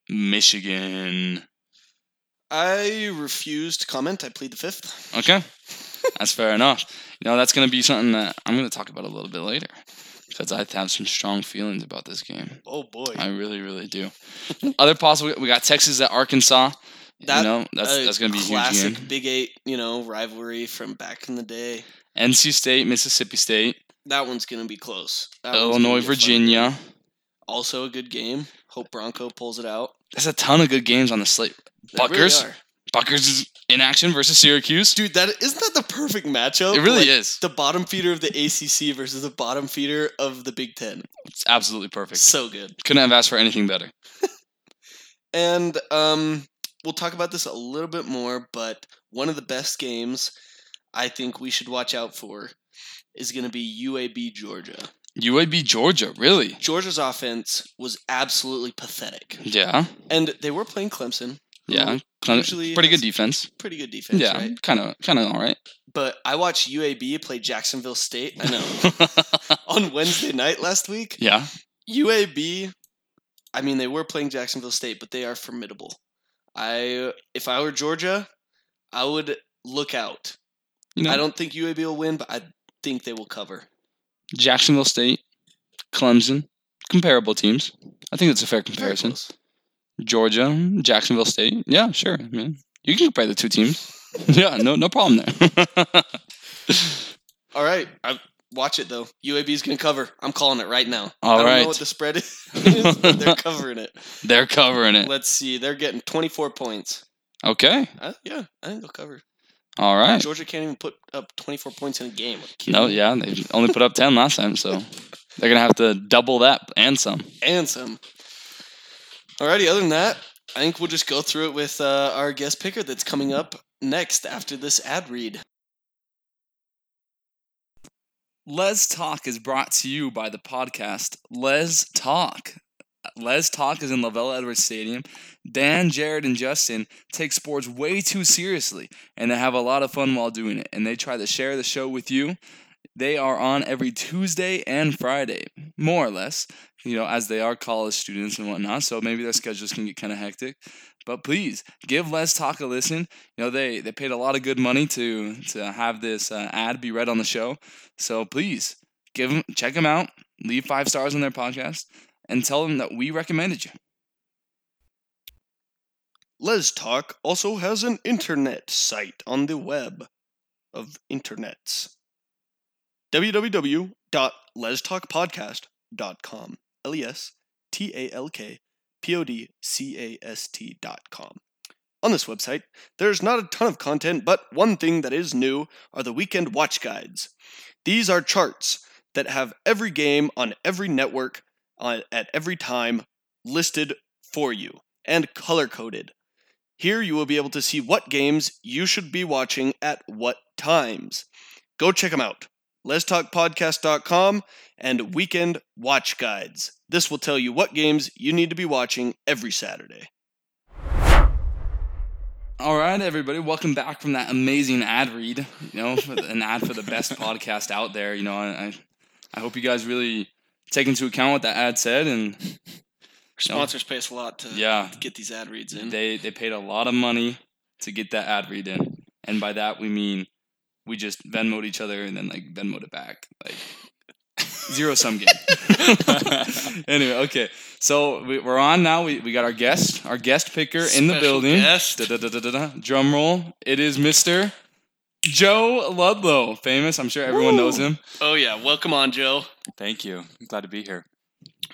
Michigan.
I refuse to comment. I plead the fifth.
Okay. That's fair enough. You know, that's going to be something that I'm going to talk about a little bit later because I have some strong feelings about this game.
Oh boy,
I really, really do. Other possible, we got Texas at Arkansas.
That-
you know, that's,
A
that's going to be a huge
classic
game.
Big Eight, you know, rivalry from back in the day.
NC State, Mississippi State,
That one's gonna be close. That one's gonna
Illinois,
be a fun-
Virginia.
also a good game. Hope Bronco pulls it out.
There's a ton of good games on the slate.
They really
Buckers,
are.
Buckers is in action versus Syracuse.
dude, that isn't that the perfect matchup?
It really
Like,
is.
The bottom feeder of the ACC versus the bottom feeder of the Big Ten.
It's absolutely perfect.
So good.
Couldn't have asked for anything better.
And um, we'll talk about this a little bit more, but one of the best games I think we should watch out for is going to be UAB Georgia.
UAB, Georgia, really?
Georgia's offense was absolutely pathetic,
Yeah,
and they were playing Clemson. who
yeah.
usually
Pretty
has
good defense.
pretty good defense,
Yeah,
right?
kind of, kind of all right.
But I watched UAB play Jacksonville State. I know on Wednesday night last week,
yeah,
UAB. I mean, they were playing Jacksonville State, but they are formidable. I, if I were Georgia, I would look out
you know,
I don't think UAB will win, but I think they will cover.
Jacksonville State, Clemson, comparable teams. I think that's a fair
Very
comparison.
close.
Georgia, Jacksonville State. Yeah, sure. I mean, you can compare the two teams. yeah, no, no problem there.
All right, I, watch it though. UAB is going to cover. I'm calling it right now.
All
I don't
right.
know what the spread is, but they're covering it.
They're covering it.
Let's see. They're getting 24 points.
Okay.
Uh, yeah, I think they'll cover.
All right.
Georgia can't even put up 24 points in a game. Are you kidding
No,
me?
yeah, they only put up ten last time, so they're gonna have to double that and some.
and some. Alrighty. Other than that, I think we'll just go through it with uh, our guest picker that's coming up next after this ad read.
Les Talk is brought to you by the podcast Les Talk. Les Talk is in Lavelle Edwards Stadium. Dan, Jared, and Justin take sports way too seriously, and they have a lot of fun while doing it. And they try to share the show with you. They are on every Tuesday and Friday, more or less, you know, as they are college students and whatnot. So maybe their schedules can get kind of hectic. But please give Les Talk a listen. You know, they, they paid a lot of good money to to have this uh, ad be read on the show. So please give them, check them out, leave five stars on their podcast, and tell them that we recommended you.
Les Talk also has an internet site on the web of internets. www.lestalkpodcast.com. L E S T A L K P O D C A S T.com. On this website, there's not a ton of content, but one thing that is new are the weekend watch guides. These are charts that have every game on every network uh, at every time listed for you and color coded. Here you will be able to see what games you should be watching at what times. Go check them out. Let's Talk Podcast.com and Weekend Watch Guides. This will tell you what games you need to be watching every Saturday.
All right, everybody, welcome back from that amazing ad read. You know, for the- an ad for the best podcast out there. You know, I, I- I hope you guys really take into account what that ad said, and
Sponsors pay us a lot to
yeah,
get these ad reads in.
they they paid a lot of money to get that ad read in, and by that we mean we just Venmoed each other and then like Venmoed it back, like zero sum game. anyway, okay, so we, we're on now. We we got our guest, our guest picker in the
Special
building.
guest.
Da-da-da-da-da. Drum roll! It is Mister Joe Ludlow, famous. I'm sure everyone knows him.
Oh, yeah. Welcome on, Joe.
Thank you. I'm glad to be here.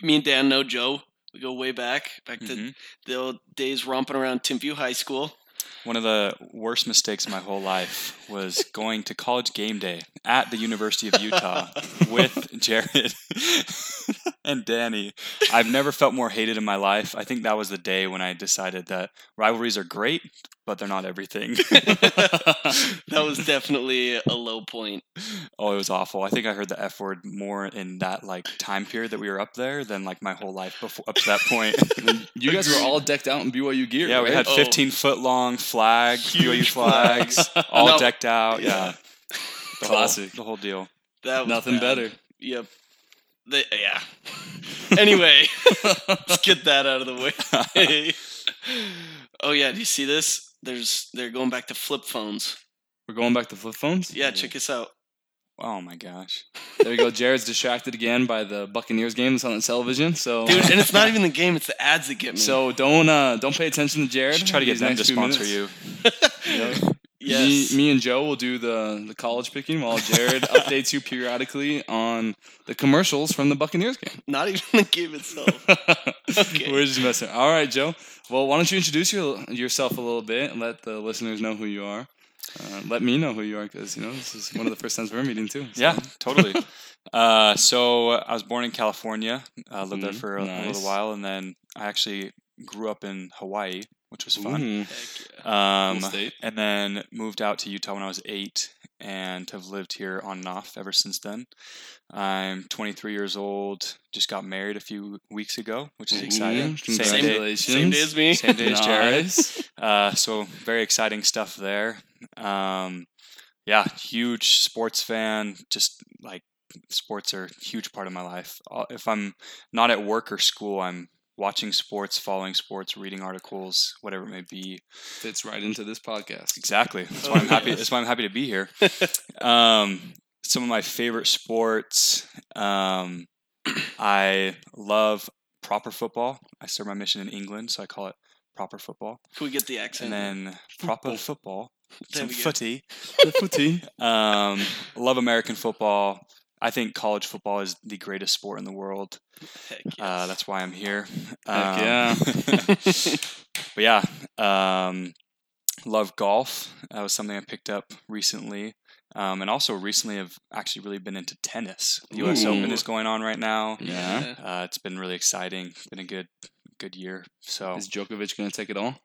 Me and Dan know Joe. We go way back, back
Mm-hmm.
to the old days romping around Timview High School.
One of the worst mistakes of my whole life was going to college game day at the University of Utah with Jared and Danny. I've never felt more hated in my life. I think that was the day when I decided that rivalries are great, but they're not everything.
That was definitely a low point.
oh, it was awful. I think I heard the F word more in that like time period that we were up there than like my whole life before up to that point.
You guys were all decked out in BYU gear.
yeah, we
right?
had
Oh.
15 foot long flags, BYU flags, all
No.
decked out. Yeah. The whole-
Classic.
the whole deal.
That was
nothing
bad.
better.
Yep. They, yeah. anyway, let's get that out of the way. oh yeah, do you see this? There's they're going back to flip phones.
We're going back to flip phones.
Yeah, check this out.
Oh my gosh.
There you go. Jared's distracted again by the Buccaneers game that's on the television. So,
Dude, and it's not even the game, it's the ads that get me.
so don't uh, don't pay attention to
You
Jared.
should try to get
these
them
next
to
few
sponsor
minutes.
you.
Yeah.
yes.
Me, me and Joe will do the the college picking while Jared updates you periodically on the commercials from the Buccaneers game.
Not even the game itself. Okay.
We're just messing. All right, Joe. Well, why don't you introduce your, yourself a little bit and let the listeners know who you are. Uh, let me know who you are because you know this is one of the first times we're meeting too. so.
Yeah, totally. uh, so uh, I was born in California. I lived there
Mhm,
for a, a
nice.
little while, and then I actually grew up in Hawaii, which was fun.
Ooh,
Um,
cool state.
and then moved out to Utah when I was eight, and have lived here on and off ever since then. I'm 23 years old. Just got married a few weeks ago, which is
Ooh,
exciting. Same day,
Congratulations.
Same day as me.
same day as Jared.
Nice.
Uh, so very exciting stuff there. Um, yeah, huge sports fan. Just like sports are a huge part of my life. Uh, If I'm not at work or school, I'm watching sports, following sports, reading articles, whatever it may be.
Fits right into this podcast.
Exactly. That's why I'm happy. That's why I'm happy to be here. Um, some of my favorite sports. Um, I love proper football. I serve my mission in England, so I call it proper football
Can we get the accent?
and then proper football,
There
some
we go.
footy.
the footy.
Um, love American football. I think college football is the greatest sport in the world.
Heck
Uh,
yes.
that's why I'm here.
Heck
um, yeah. but yeah, um, love golf. That was something I picked up recently. Um, and also recently, I've actually really been into tennis. The U.S. Open
Ooh.
is going on right now.
Yeah.
Uh, it's been really exciting. It's been a good, good year. So
Is Djokovic going to take it all?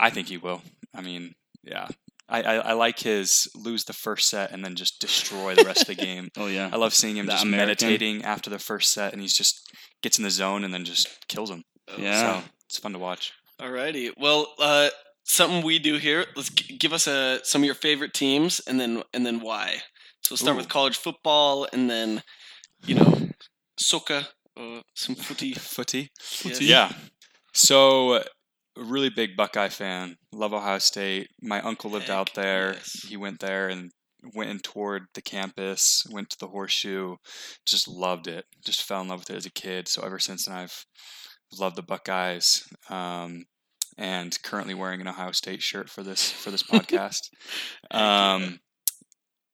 I think he will. I mean, yeah. I, I, I like his lose the first set and then just destroy the rest of the game.
Oh yeah.
I love seeing him
The
just
American.
meditating after the first set and he's just gets in the zone and then just kills him.
yeah.
So it's fun to watch.
Alrighty. Well, uh, something we do here. Let's g- give us a, some of your favorite teams, and then and then why. So we'll start
Ooh.
with college football, and then you know soccer or some footy.
Footy.
Footy.
Yeah. So a really big Buckeye fan. Love Ohio State. My uncle lived
Heck
out there.
yes.
He went there and went and toured the campus, went to the horseshoe, just loved it. Just fell in love with it as a kid. So ever since then I've loved the Buckeyes. Um and currently wearing an Ohio State shirt for this for this podcast. um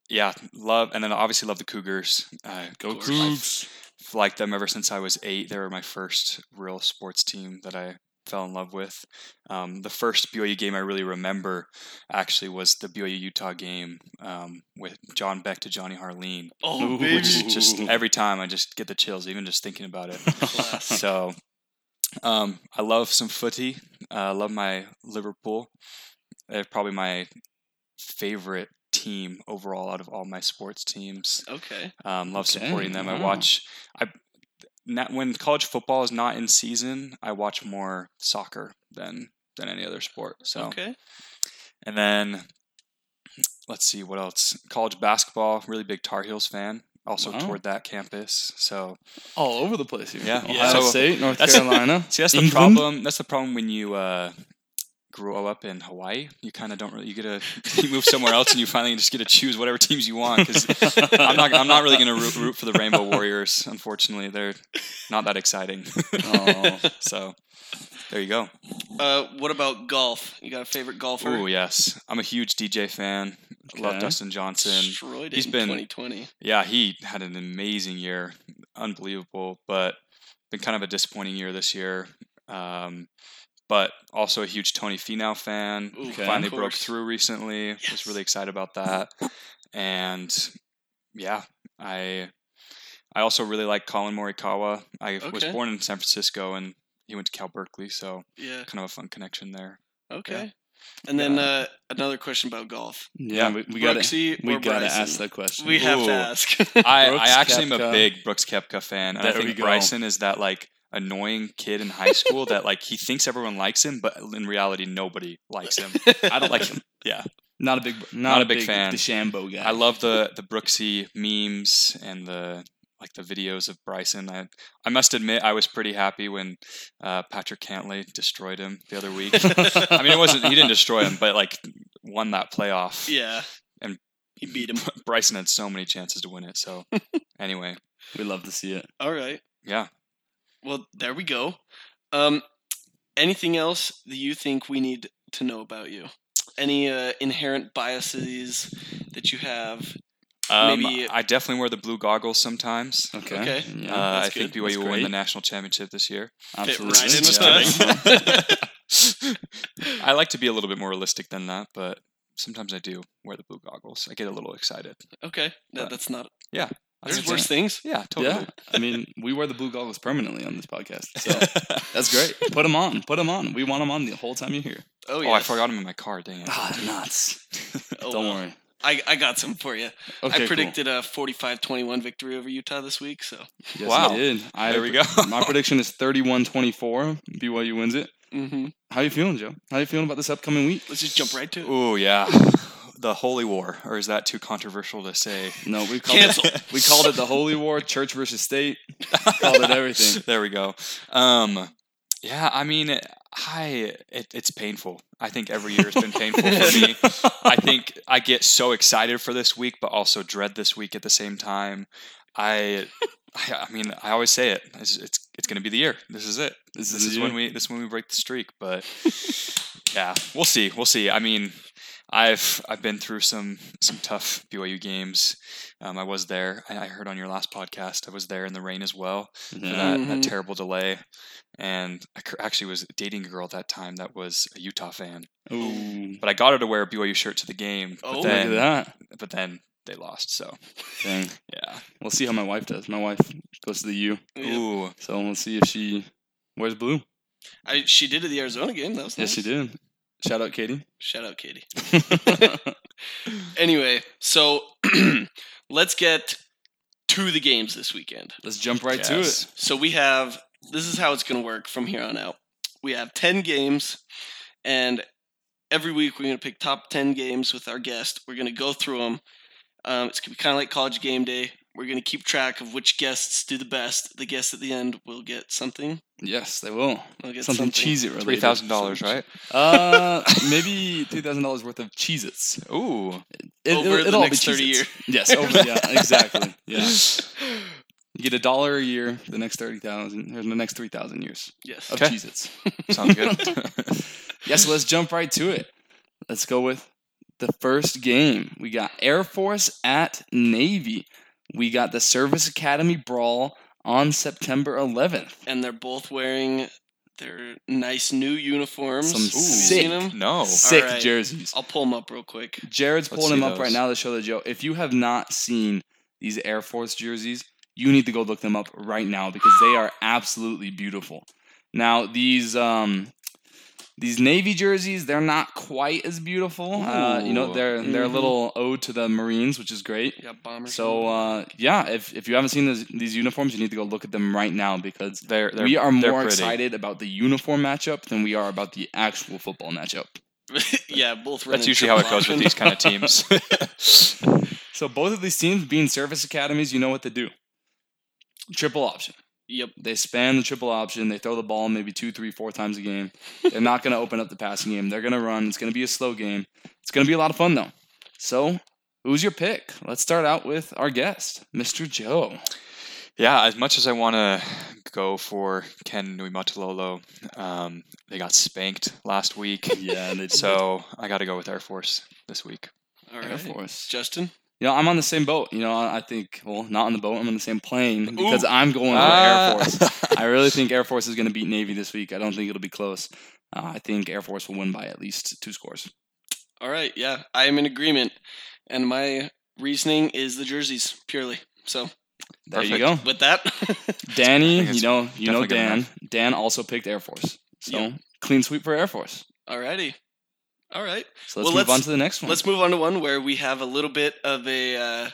yeah, love and then obviously love the Cougars. Uh,
Go
of course, my
Cougs.
liked them ever since I was eight. They were my first real sports team that I fell in love with. Um, the first BYU game I really remember actually was the BYU Utah game um, with John Beck to Johnny Harleen,
Oh,
Ooh.
baby.
which is just
Ooh.
every time I just get the chills, even just thinking about it.
Class.
so Um, I love some footy. Uh, I love my Liverpool. They're probably my favorite team overall out of all my sports teams.
Okay.
Um, love
Okay,
supporting them. I
wow.
watch. I not, when college football is not in season, I watch more soccer than than any other sport. So
Okay.
and then let's see what else. College basketball, really big Tar Heels fan. Also
Wow.
toward that campus. So
All over the place here.
Yeah.
Ohio
Yeah. So-
State, North
That's-
Carolina.
see that's the
England?
problem. That's the problem when you uh, grow up in Hawaii. You kind of don't really. You get a you move somewhere else and you finally just get to choose whatever teams you want. Because I'm not. I'm not really going to root, root for the Rainbow Warriors. Unfortunately, they're not that exciting.
Oh.
so there you go.
Uh, what about golf? You got a favorite golfer?
Ooh yes, I'm a huge DJ fan. Love
Okay.
Dustin Johnson.
Destroyed it
He's
in
been-
2020.
Yeah, he had an amazing year, unbelievable, but been kind of a disappointing year this year. Um, but also a huge Tony Finau fan.
Ooh,
Okay.
Finally
of
broke
course.
through recently. Was
Yes.
really excited about that. And yeah, I I also really like Colin Morikawa. I was
Okay.
born in San Francisco and he went to Cal Berkeley, so
Yeah.
kind of a fun connection there.
Okay. And then uh, another question about golf.
Yeah, we, we got to
Brooksy
we
or
got to
Bryson?
ask that question.
We have
Ooh.
to ask.
I, I
Brooks
actually am
Koepka.
a big Brooks Kepka fan, and I
There we
think
go.
Bryson is that like annoying kid in high school that like he thinks everyone likes him, but in reality nobody likes him. I don't like him. Yeah,
Not a big, not,
a big fan.
DeChambeau guy.
I love the the Brooksy memes and the like the videos of Bryson. I I must admit I was pretty happy when uh, Patrick Cantley destroyed him the other week. I mean, it wasn't he didn't destroy him, but like won that playoff.
yeah.
And-
he beat him.
Bryson had so many chances to win it. So anyway,
We love to see it.
All right.
yeah.
Well, there we go. Um, anything else that you think we need to know about you? Any uh, inherent biases that you have?
Um,
Maybe-
I definitely wear the blue goggles sometimes.
Okay.
Okay.
Yeah,
uh, I
that's
think
good.
BYU
That's
will win the
great.
national championship this year.
absolutely.
right in with
Just
us.
kidding.
I like to be a little bit more realistic than that, but sometimes I do wear the blue goggles. I get a little excited.
Okay, no,
Uh,
that's not.
yeah, I
There's
think
worse
that-
things.
Yeah, totally. Oh,
Yeah, I mean, we wear the blue goggles permanently on this podcast, so that's great. Put them on, put them on. We want them on the whole time you're here.
Oh,
Oh,
yeah.
I forgot them in my car. Dang it.
Ah, nuts.
Oh,
Don't
well.
worry.
I, I got some for you.
Okay, cool.
I predicted a 45-21 victory over Utah this week. So
Yes,
Wow.
I did. I
There we go.
my prediction is 31-24. BYU wins it.
Mm-hmm.
hmm
How you feeling, Joe? How you feeling about this upcoming week?
let's just jump right to it.
Ooh, yeah. The holy war, or is that too controversial to say?
No, we called it, we called it the Holy War, Church versus State. Called it everything.
there we go. Um, yeah, I mean, I it, it's painful. I think every year has been painful for me. I think I get so excited for this week, but also dread this week at the same time. I, I, I mean, I always say it. It's it's, it's going to be the year. This is it.
This
This
is
is
you.
when we this is when we break the streak. But yeah, we'll see. We'll see. I mean, I've I've been through some some tough BYU games. Um, I was there. I, I heard on your last podcast. I was there in the rain as well for
Yeah.
that, that
Mhm.
terrible delay. And I cur- actually was dating a girl at that time that was a Utah fan,
Ooh.
but I got her to wear a BYU shirt to the game. But
Oh. Look
Look
then,
at that.
But then they lost. So
Dang.
yeah.
We'll see how my wife does. My wife goes to the U,
Yeah.
Ooh.
so we'll see if she wears blue.
I, she did it the Arizona game. That was
Yes, she
nice.
did. Shout out, Katie.
Shout out, Katie. Anyway, so let's get to the games this weekend.
Let's jump right to
Yes.
it.
So we have this is how it's going to work from here on out. We have 10 games and every week we're going to pick top 10 games with our guest. We're going to go through them. Um, it's going to be kind of like college game day. We're going to keep track of which guests do the best. The guest at the end will get something.
Yes, they will.
They'll get
Something,
something.
cheesy related.
Three thousand dollars, right?
Uh, maybe three thousand dollars worth of Cheez-Its.
Ooh.
It,
Over the
all
next 30
Cheez-Its. Yes, over, yeah, exactly. Yeah, you get a dollar a year for the next thirty thousand, or the next three thousand years
Yes.
of
Okay.
Cheez-Its.
Sounds good.
Yes, let's jump right to it. Let's go with the first game. We got Air Force at Navy. We got the Service Academy brawl on September 11th.
And they're both wearing their nice new uniforms.
Some
Have you
sick-
seen 'em?
no.
Sick
Alright.
jerseys.
I'll pull them up real quick.
Jared's
Let's
pulling them
see
up right
those.
now to show the Joe. If you have not seen these Air Force jerseys, you need to go look them up right now because they are absolutely beautiful. Now these um, these navy jerseys, they're not quite as beautiful. Uh, you know,
Ooh. mm-hmm.
they're they're a
Mhm.
little ode to the Marines, which is great.
Yeah, bomber.
So uh, yeah, if, if you haven't seen this, these uniforms, you need to go look at them right now because
They're, they're
we are more
they're pretty.
excited about the uniform matchup than we are about the actual football matchup.
yeah, both.
That's usually how it goes with these kind of teams.
So both of these teams, being service academies, you know what they do. Triple option.
Yep.
They span the triple option. They throw the ball maybe two, three, four times a game. They're not going to open up the passing game. They're going to run. It's going to be a slow game. It's going to be a lot of fun though. So, who's your pick? Let's start out with our guest, Mr. Joe.
Yeah, as much as I want to go for Ken Nuimatalolo, um, they got spanked last week.
Yeah, they
so I got to go with Air Force this week.
All
Air
right.
Force.
Justin.
You know, I'm on the same boat. You know, I I think, well, not on the boat. I'm on the same plane because
Ooh.
I'm going for Air
Ah.
Force. I really think Air Force is going to beat Navy this week. I don't think it'll be close. Uh, I think Air Force will win by at least two scores.
All right. Yeah, I am in agreement, and my reasoning is the jerseys purely. So
There you go,
with that,
Danny.
think it's
You know, you know
definitely
Dan.
good
Dan also picked Air Force, so clean sweep for Air Force.
alrighty. All right.
So let's
Well,
move
let's-
on to the
Hmm.
next one.
Let's move on to one where we have a little bit of a uh,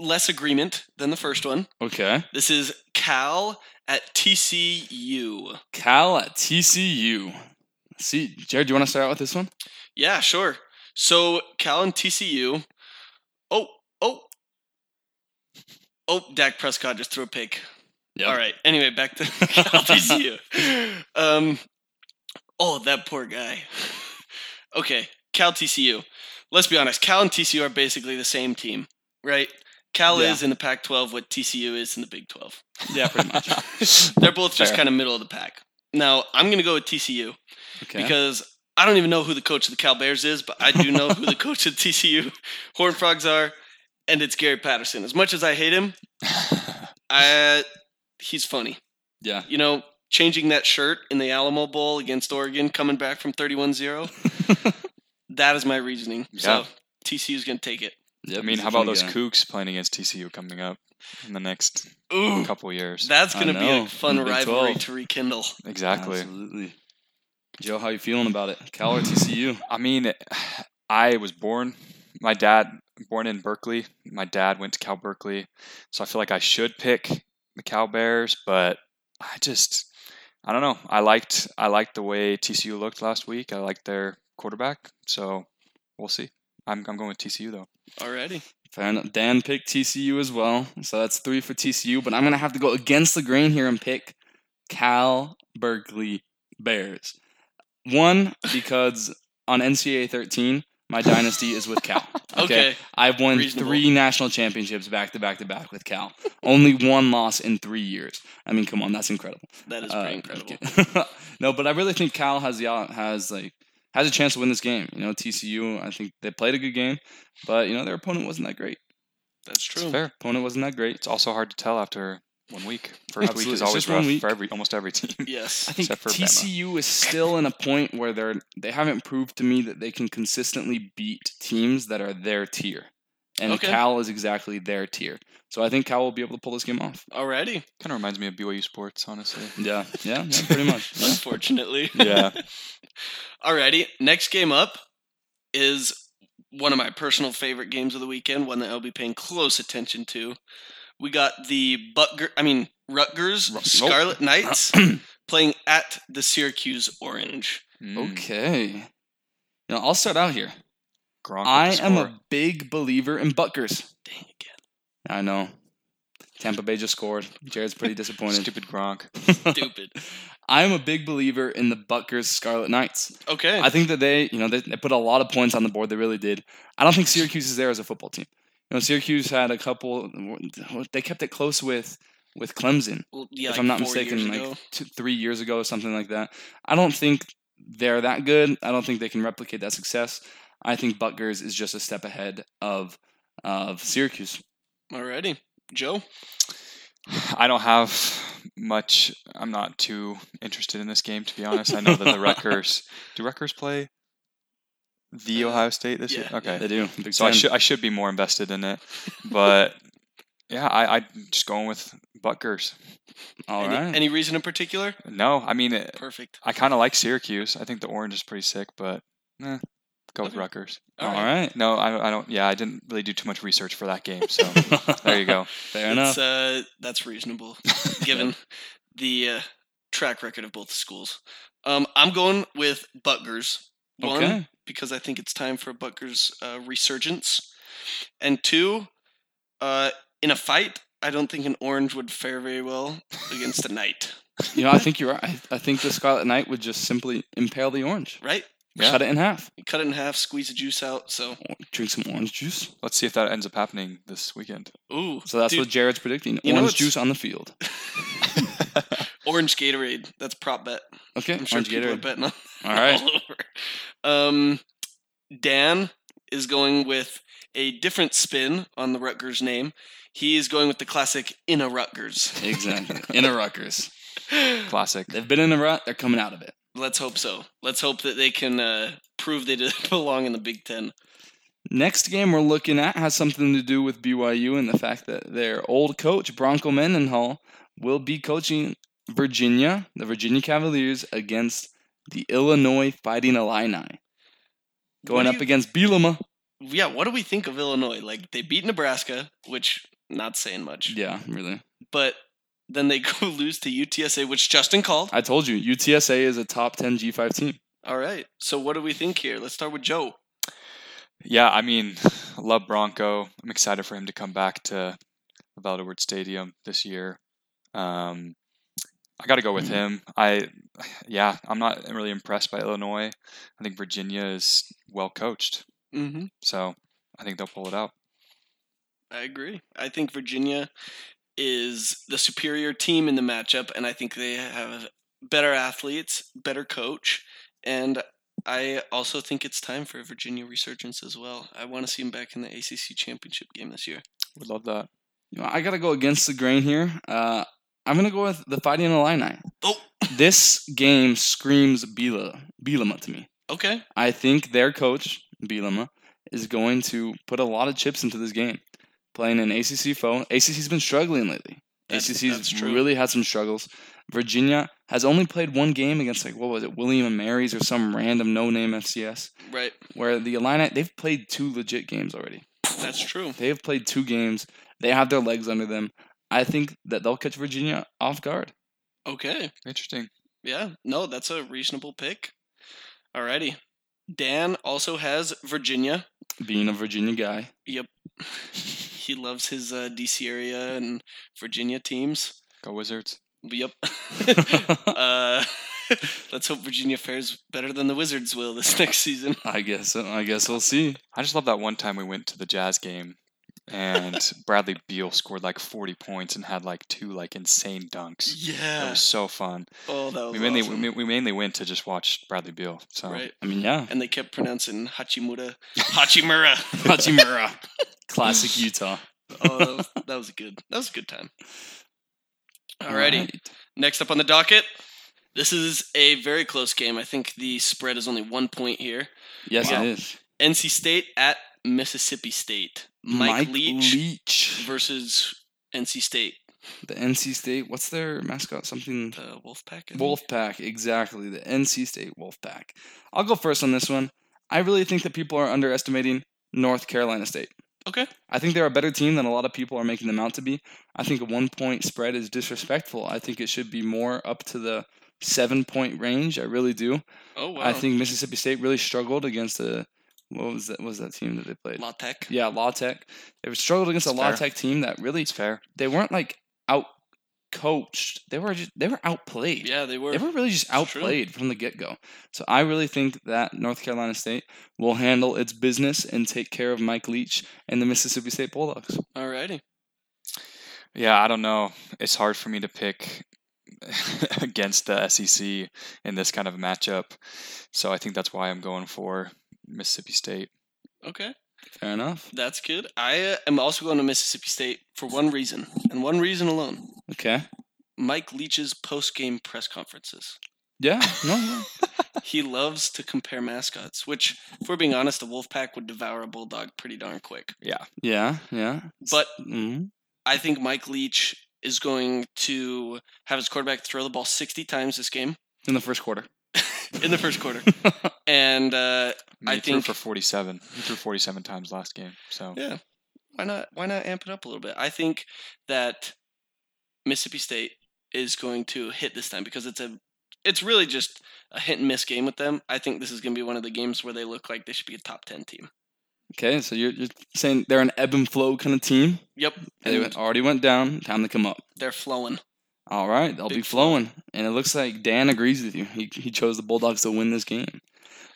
less agreement than the first one.
Okay,
This is Cal at TCU.
Cal at TCU. See, Jared, do you want to start out with this one?
Yeah, sure. So Cal and TCU. Oh, oh, oh! Dak Prescott just threw a pick.
Yeah.
All right. Anyway, back to Cal TCU. Um, oh, that poor guy. Okay, Cal TCU. Let's be honest. Cal and TCU are basically the same team, right? Cal
Yeah.
is in the Pac-12 what TCU is in the Big 12.
Yeah, pretty much.
They're both just
Fair.
kind of middle of the pack. Now I'm going to go with TCU
Okay.
because I don't even know who the coach of the Cal Bears is, but I do know who the coach of TCU Horn Frogs are, and it's Gary Patterson. As much as I hate him, I, he's funny.
yeah,
You know, changing that shirt in the Alamo Bowl against Oregon, coming back from 31 0, that is my reasoning.
Yeah.
So TCU's going to take it.
Yep,
I mean,
he's
how
a
about
funny
those
guy.
Kooks playing against TCU coming up in the next
Ooh,
couple years?
that's
I
going to be
know.
a fun
Big
rivalry
12.
to rekindle.
exactly.
Absolutely. Joe, how you feeling about it? Cal or TCU?
I mean, I was born, my dad, born in Berkeley. My dad went to Cal Berkeley. So I feel like I should pick the Cal Bears, but I just, I don't know. I liked, I liked the way TCU looked last week. I liked their quarterback. So we'll see. I'm, I'm going with TCU though.
Alrighty.
Fair enough. Dan picked TCU as well, so that's three for TCU. But I'm gonna have to go against the grain here and pick Cal Berkeley Bears. One because on NCAA 13, my dynasty is with Cal.
Okay.
I've won
Reasonable.
three national championships back to back to back with Cal. Only one loss in three years. I mean, come on, that's incredible.
That is
Uh,
pretty incredible.
okay. no, but I really think Cal has the out- has like has a chance to win this game. You know, TCU. I think they played a good game, but you know their opponent wasn't that great.
That's
It's
true.
fair.
Opponent wasn't that great.
It's also hard to tell after one week. First week
Absolutely. It's
is always
just one
rough
week.
for every, almost every team.
I
Yes.
think
Except for Bama.
TCU is still in a point where they're they haven't proved to me that they can consistently beat teams that are their tier, and
Okay.
Cal is exactly their tier. So I think Cal will be able to pull this game off.
Alrighty.
Kind of reminds me of BYU sports, honestly.
Yeah, yeah, yeah pretty much. Yeah.
Unfortunately.
Yeah.
Alrighty, next game up is one of my personal favorite games of the weekend, one that I'll be paying close attention to. We got the Butger, I mean Rutgers
Ru- nope.
Scarlet Knights playing at the Syracuse Orange.
Mm,
Okay. Now I'll start out here.
Gronk with the
I am
score.
a big believer in Buckers.
Dang again,
I know. Tampa Bay just scored. Jared's pretty disappointed.
stupid Gronk.
stupid.
I am a big believer in the Buckers Scarlet Knights.
Okay,
I think that they, you know, they, they put a lot of points on the board. They really did. I don't think Syracuse is there as a football team. You know, Syracuse had a couple. They kept it close with with Clemson,
well, yeah,
if
like
I'm not
four years
mistaken,
ago.
like two, three years ago or something like that. I don't think they're that good. I don't think they can replicate that success. I think Butgers is just a step ahead of of Syracuse.
Alrighty, Joe.
I don't have much. I'm not too interested in this game, to be honest. I know that the Rutgers do Rutgers play the
Uh,
Ohio State this
yeah,
year. Okay,
Uh, They do. Big
so I
Ten.
should I should be more invested in it, but yeah, I, I just going with Buckers.
All
any,
right.
any reason in particular?
No, I mean, it,
Perfect.
I kind of like Syracuse. I think the orange is pretty sick, but eh, go with
Okay.
Rutgers.
All
All
right.
right.
No, I, I don't. Yeah, I didn't really do too much research for that game, so there you go.
Fair enough.
It's, uh, that's reasonable given the uh, track record of both schools. Um, I'm going with Butgers. uh, One,
Okay.
because I think it's time for Butgers uh, resurgence. And two, uh, in a fight, I don't think an orange would fare very well against a knight,
You know, I think you're right. I, I think the Scarlet Knight would just simply impale the orange,
right?
Yeah.
cut it in half,
You cut it in half, squeeze the juice out. So,
drink some orange juice.
Let's see if that ends up happening this weekend.
ooh.
So that's
dude,
what Jared's predicting.
you know
Orange
it's-
juice on the field.
orange Gatorade. That's prop bet.
Okay,
I'm sure
orange
people are
Gatorade.
betting on
All right.
all over. Um, Dan is going with a different spin on the Rutgers name. He is going with the classic in a Rutgers.
exactly. In a Rutgers.
Classic.
They've been in a rut. They're coming out of it.
Let's hope so. Let's hope that they can uh, prove they do- belong in the Big Ten.
Next game we're looking at has something to do with BYU and the fact that their old coach, Bronco Mendenhall, will be coaching Virginia, the Virginia Cavaliers, against the Illinois Fighting Illini. Going
do
up
you-
against Bielema.
Yeah, what do we think of Illinois? Like they beat Nebraska, which not saying much,
Yeah, really.
but then they go lose to UTSA, which Justin called.
I told you, UTSA is a top 10 G5 team.
All right. So what do we think here? Let's start with Joe.
Yeah, I mean, love Bronco. I'm excited for him to come back to Lavelle Edwards Stadium this year. Um, I got to go with him. I, yeah, I'm not really impressed by Illinois. I think Virginia is well coached,
Mm-hmm.
so I think they'll pull it out.
I agree. I think Virginia is the superior team in the matchup, and I think they have better athletes, better coach, and I also think it's time for a Virginia resurgence as well. I want to see them back in the ACC championship game this year.
Would love that.
You know, I gotta go against the grain here. Uh, I'm gonna go with the Fighting Illini.
Oh.
this game screams Biela Bielema to me.
Okay,
I think their coach Bielema is going to put a lot of chips into this game, playing an ACC foe. ACC's been struggling lately.
That's-
ACC's
that's true.
really had some struggles. Virginia has only played one game against like what was it, William and Mary's or some random no-name FCS,
right.
where the Illini they've played two legit games already.
That's true.
They have played two games. They have their legs under them. I think that they'll catch Virginia off guard.
Okay,
Interesting.
yeah. No, that's a reasonable pick. Alrighty. Dan also has Virginia.
Being a Virginia guy,
Yep. he loves his uh, DC area and Virginia teams.
Go Wizards.
Yep. uh, let's hope Virginia fares better than the Wizards will this next season.
I guess. I guess we'll see.
I just love that one time we went to the Jazz game and Bradley Beal scored like 40 points and had like two like insane dunks. It
Yeah.
was so fun.
Oh, that was
we mainly
awesome.
we, we mainly went to just watch Bradley Beal. So
right.
I mean, yeah,
And they kept pronouncing Hachimura. Hachimura.
Hachimura, classic Utah.
oh, that was, that was good. That was a good time. Alrighty.
Alright.
Next up on the docket. This is a very close game. I think the spread is only one point here.
Yes,
Wow.
it is.
NC State at Mississippi State. Mike, Leach,
Leach.
versus NC State.
the NC State. What's their mascot? Something
The Wolfpack. I think?
Wolfpack, exactly. The NC State Wolfpack. I'll go first on this one. I really think that people are underestimating North Carolina State.
Okay.
I think they're a better team than a lot of people are making them out to be. I think a one point spread is disrespectful. I think it should be more up to the seven point range. I really do.
Oh, wow.
I think Mississippi State really struggled against the what was that what was that team that they played?
La Tech.
yeah, La Tech. They struggled against
It's
a La
fair.
Tech team that really
it's fair.
they weren't like out coached. They were just they were outplayed
Yeah, they were.
they were really just
It's true.
outplayed from the get go. So I really think that North Carolina State will handle its business and take care of Mike Leach and the Mississippi State Bulldogs.
Alrighty.
Yeah, I don't know. It's hard for me to pick against the SEC in this kind of matchup. So I think that's why I'm going for Mississippi State.
Okay.
Fair enough.
That's good. I uh, am also going to Mississippi State for one reason, and one reason alone
Okay.
Mike Leach's post game press conferences.
Yeah. No. no.
He loves to compare mascots, which, if we're being honest, the Wolfpack would devour a Bulldog pretty darn quick.
yeah. Yeah.
But
Mhm.
I think Mike Leach is going to have his quarterback throw the ball 60 times this game
in the first quarter.
in the first quarter. and uh, I
I, mean, he threw
think-
for 47. He threw 47 times last game. So
yeah, why not? Why not amp it up a little bit? I think that Mississippi State is going to hit this time because it's a, it's really just a hit and miss game with them. I think this is going to be one of the games where they look like they should be a top 10 team.
Okay, so you're, you're saying they're an ebb and flow kind of team.
Yep,
They went, already went down. Time to come up.
they're flowing.
All right, they'll be
Big
flowing, and it looks like Dan agrees with you. He, he chose the Bulldogs to win this game.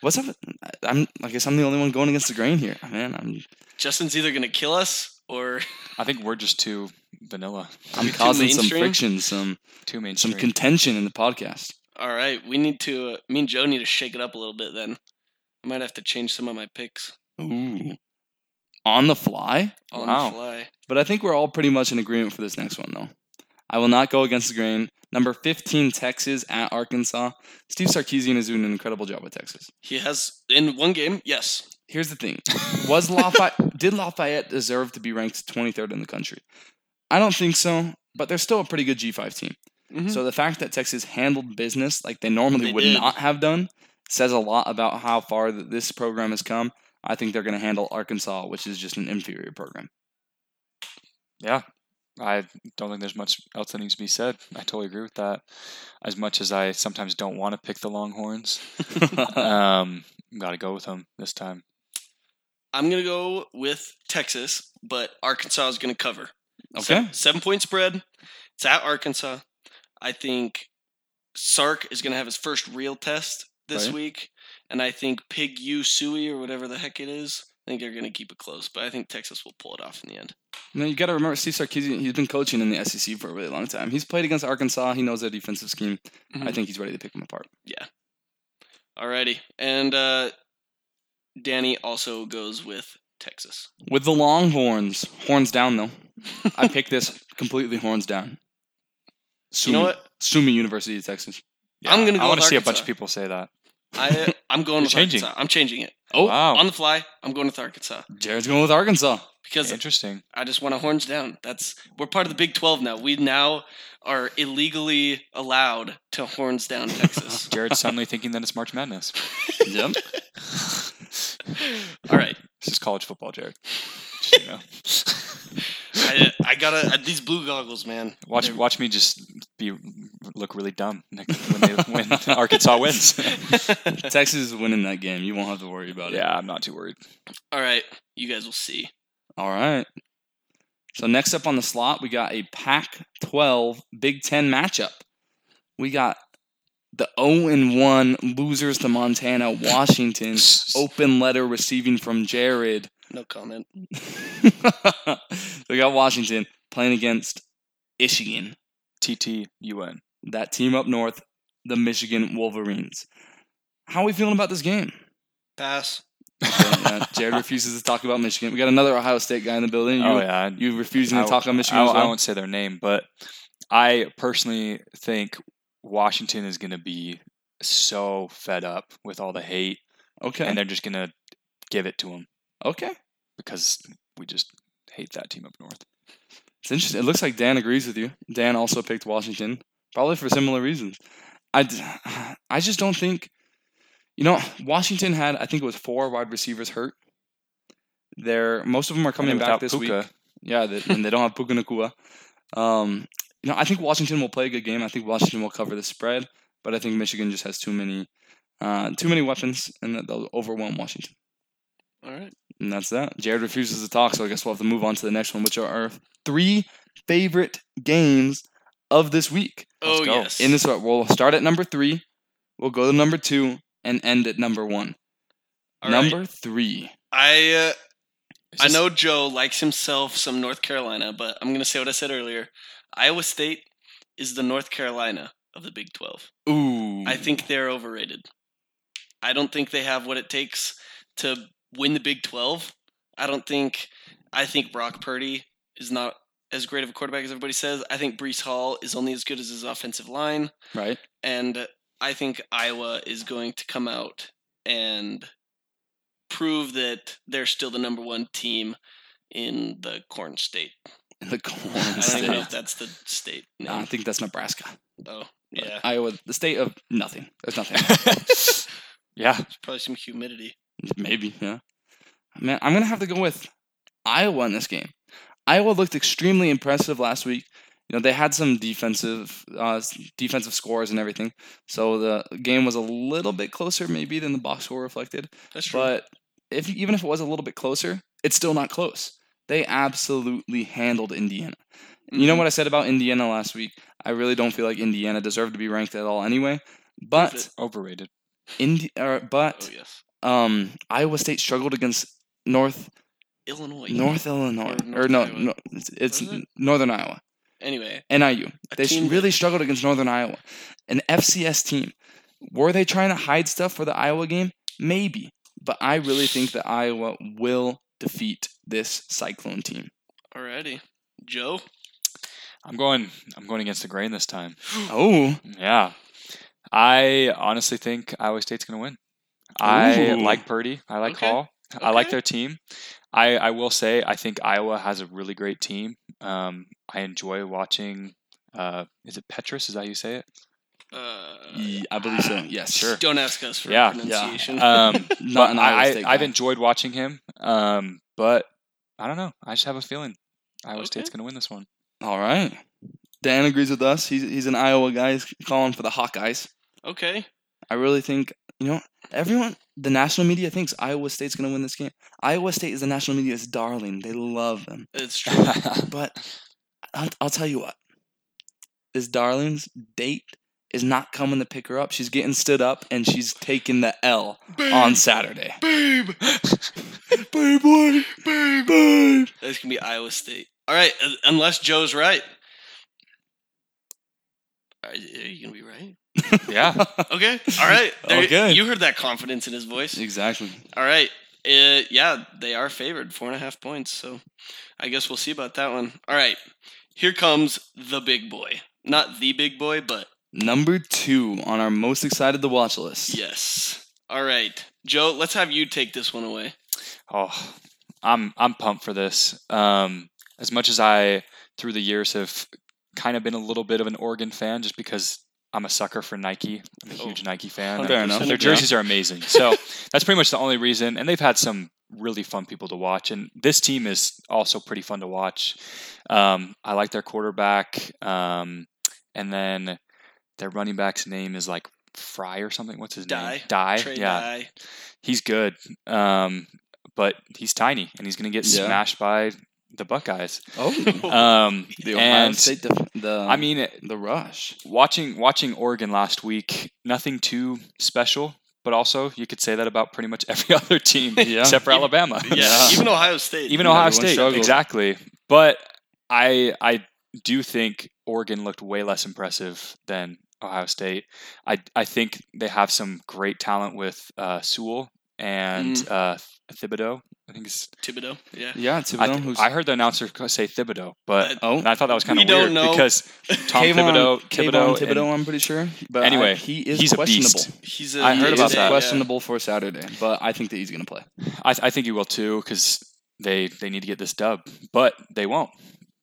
What's up? I'm I guess I'm the only one going against the grain here, man. I'm
Justin's either going to kill us or
I think we're just too vanilla,
I'm
Too
causing some
mainstream?
friction, some
too
some
mainstream.
contention in the podcast.
all right. We need to. Uh, me and Joe need to shake it up a little bit. Then I might have to change some of my picks
Ooh, on the fly. Uh,
on
Wow.
the fly.
But I think we're all pretty much in agreement for this next one, though. I will not go against the grain. Number 15, Texas at Arkansas. Steve Sarkeesian is doing an incredible job with Texas.
He has in one game. Yes,
Here's the thing: was Lafayette did Lafayette deserve to be ranked 23rd in the country? I don't think so, but they're still a pretty good G5 team.
Mhm.
So the fact that Texas handled business like they normally
They
would
did.
not have done says a lot about how far that this program has come. I think they're going to handle Arkansas, which is just an inferior program.
yeah. I don't think there's much else that needs to be said. I totally agree with that. As much as I sometimes don't want to pick the Longhorns, um, got to go with them this time.
I'm gonna go with Texas, but Arkansas is gonna cover.
Okay,
Seven point spread. It's at Arkansas. I think Sark is gonna have his first real test this
Right.
week, and I think Pig U Suey or whatever the heck it is. I think they're gonna keep it close, but I think Texas will pull it off in the end.
now you got to remember Steve Sarkeesian. He's been coaching in the SEC for a really long time. He's played against Arkansas. He knows their defensive scheme. I
Mhm.
think he's ready to pick them apart.
Alrighty, and uh, Danny also goes with Texas.
With the Longhorns, horns down though. I picked this completely horns down.
You
Sumi,
know what?
Sumi University of Texas.
I'm gonna go
I
with
want to see a bunch
Arkansas.
of people say that.
I I'm going
You're
with
changing.
Arkansas. I'm changing it
Oh,
wow,
on the fly. I'm going with Arkansas
Jared's going with Arkansas.
because
interesting.
I just want to horns down. That's we're part of the Big Twelve now. We now are illegally allowed to horns down Texas.
Jared's suddenly thinking that it's March Madness.
yep.
All right,
This is college football, Jared. Just, you know.
I, I gotta these blue goggles, man.
Watch, watch me just be look really dumb next, when, they, when Arkansas wins.
Texas is winning that game. You won't have to worry about it.
yeah, I'm not too worried.
All right, you guys will see.
All right. So next up on the slot, we got a Pac-12 Big Ten matchup. We got the 0 and 1 losers to Montana, Washington. Open letter receiving from Jared.
No comment.
we got Washington playing against Michigan,
TTUN.
that team up north, the Michigan Wolverines. How are we feeling about this game?
Pass.
Uh, Jared refuses to talk about Michigan. We got another Ohio State guy in the building. You,
oh yeah, I-
you refusing to
I-
talk on Michigan
I,
as well?
I won't say their name, but I personally think Washington is going to be so fed up with all the hate,
okay.
and they're just going to give it to them
okay.
because we just hate that team up north.
It's interesting. It looks like Dan agrees with you. Dan also picked Washington, probably for similar reasons. I, d- I just don't think, you know, Washington had, I think it was four wide receivers hurt. They're, most of them are coming
And
back
without
this
Puka,
week. Yeah, they, and they don't have Puka Nakua. Um, you know, I think Washington will play a good game. I think Washington will cover the spread, but I think Michigan just has too many, uh, too many weapons, and that they'll overwhelm Washington.
All right.
And that's that. Jared refuses to talk, so I guess we'll have to move on to the next one, which are our three favorite games of this week.
Let's
oh
go.
yes.
In this, we'll start at number three, we'll go to number two, and end at number one.
All right.
number three.
I uh,
Is
I
this-
know Joe likes himself some North Carolina, but I'm going to say what I said earlier. Iowa State is the North Carolina of the Big 12.
Ooh,
I think they're overrated. I don't think they have what it takes to win the Big 12. I don't think I think Brock Purdy is not as great of a quarterback as everybody says. I think Brees Hall is only as good as his offensive line
right.
and I think Iowa is going to come out and prove that they're still the number one team in the corn state.
in the
I
corn
don't even know
state. Ah.
if that's the state.
No, I think that's Nebraska.
Oh,
But
yeah.
Iowa, the state of nothing. There's nothing. yeah,
There's probably some humidity.
maybe. Yeah. Man, I'm gonna have to go with Iowa in this game. Iowa looked extremely impressive last week. You know, they had some defensive uh, s- defensive scores and everything, so the game was a little bit closer maybe than the box score reflected.
That's true.
But if even if it was a little bit closer, it's still not close. They absolutely handled Indiana.
Mm-hmm.
You know what I said about Indiana last week? I really don't feel like Indiana deserved to be ranked at all anyway. But
Overrated.
Indi- or,
Oh
but
yes.
um, Iowa State struggled against North
Illinois.
North Illinois
Or
or
North
no,
Iowa.
no it's, it's
What is it?
Northern Iowa
Anyway,
NIU.
A
They sh-
team that-
really struggled against Northern Iowa, an FCS team. Were they trying to hide stuff for the Iowa game? Maybe, but I really think that Iowa will defeat this Cyclone team.
alrighty. Joe.
I'm going. I'm going against the grain this time.
Uh,
Oh,
Yeah, I honestly think Iowa State's going to win. I
Ooh.
like Purdy. I like
Okay.
Hall. I like
Okay.
their team. I, I will say I think Iowa has a really great team. Um, I enjoy watching. Uh, is it Petrus? Is that how you say it?
Uh,
ye- I believe so. Yes, sure. Uh,
Don't ask us for
Yeah, yeah.
pronunciation.
Um,
Not an
but
Iowa
I,
State
I, I've
guy.
enjoyed watching him. Um, but I don't know. I just have a feeling Iowa
Okay.
State's going to win this one.
All right. Dan agrees with us. He's he's an Iowa guy. He's calling for the Hawkeyes.
okay.
I really think you know everyone. The national media thinks Iowa State's going to win this game. Iowa State is the national media's darling. They love them.
It's true.
But I'll, I'll tell you what. This darling's date is not coming to pick her up. She's getting stood up and she's taking the L on Saturday.
Babe,
Babe, what? Babe, babe.
That's gonna be Iowa State. All right, uh, unless Joe's right. Are are you gonna be right?
yeah.
Okay. All right. There-
Okay.
You heard that confidence in his voice.
Exactly.
All right. Uh, yeah, they are favored four and a half points. So I guess we'll see about that one. All right. Here comes the big boy. Not the big boy, but
Number two on our most excited to watch list.
yes. All right. Joe, let's have you take this one away.
Oh, I'm I'm pumped for this. Um, as much as I through the years have kind of been a little bit of an Oregon fan, just because I'm a sucker for Nike. I'm a huge Nike fan.
Fair
I'm-
enough.
Their jerseys are amazing. So that's pretty much the only reason. And they've had some really fun people to watch. And this team is also pretty fun to watch. Um, I like their quarterback. Um, and then their running back's name is like Fry or something. What's his name?
Dye.
Die.
Trey
yeah
Dye.
he's good, um, but he's tiny and he's going to get
Yeah.
smashed by the Buckeyes.
Oh,
Um,
the Ohio
and
State. Def- the
I mean,
the rush.
watching watching Oregon last week, nothing too special, but also you could say that about pretty much every other team
Yeah.
except for Alabama.
Yeah. Even Ohio State.
even
Everyone
Ohio State,
struggled.
exactly. But I I do think Oregon looked way less impressive than Ohio State. I I think they have some great talent with uh, Sewell and
Mm.
uh, Thibodeau. I think it's.
Thibodeau. Yeah.
Yeah, Thibodeau.
I,
who's,
I heard the announcer co- say Thibodeau, but
oh,
and I thought that was kind
We
of
don't
weird
know.
because Tom
Kayvon-
Thibodeau,
Kayvon
Thibodeau,
Thibodeau.
and-
I'm pretty sure. But
Anyway,
I- he is
he's a
questionable.
beast.
He's a,
I heard
he's
about
a-
that.
yeah.
questionable for Saturday, but I think that he's going to play.
I, I think he will too because they they need to get this dub, but they won't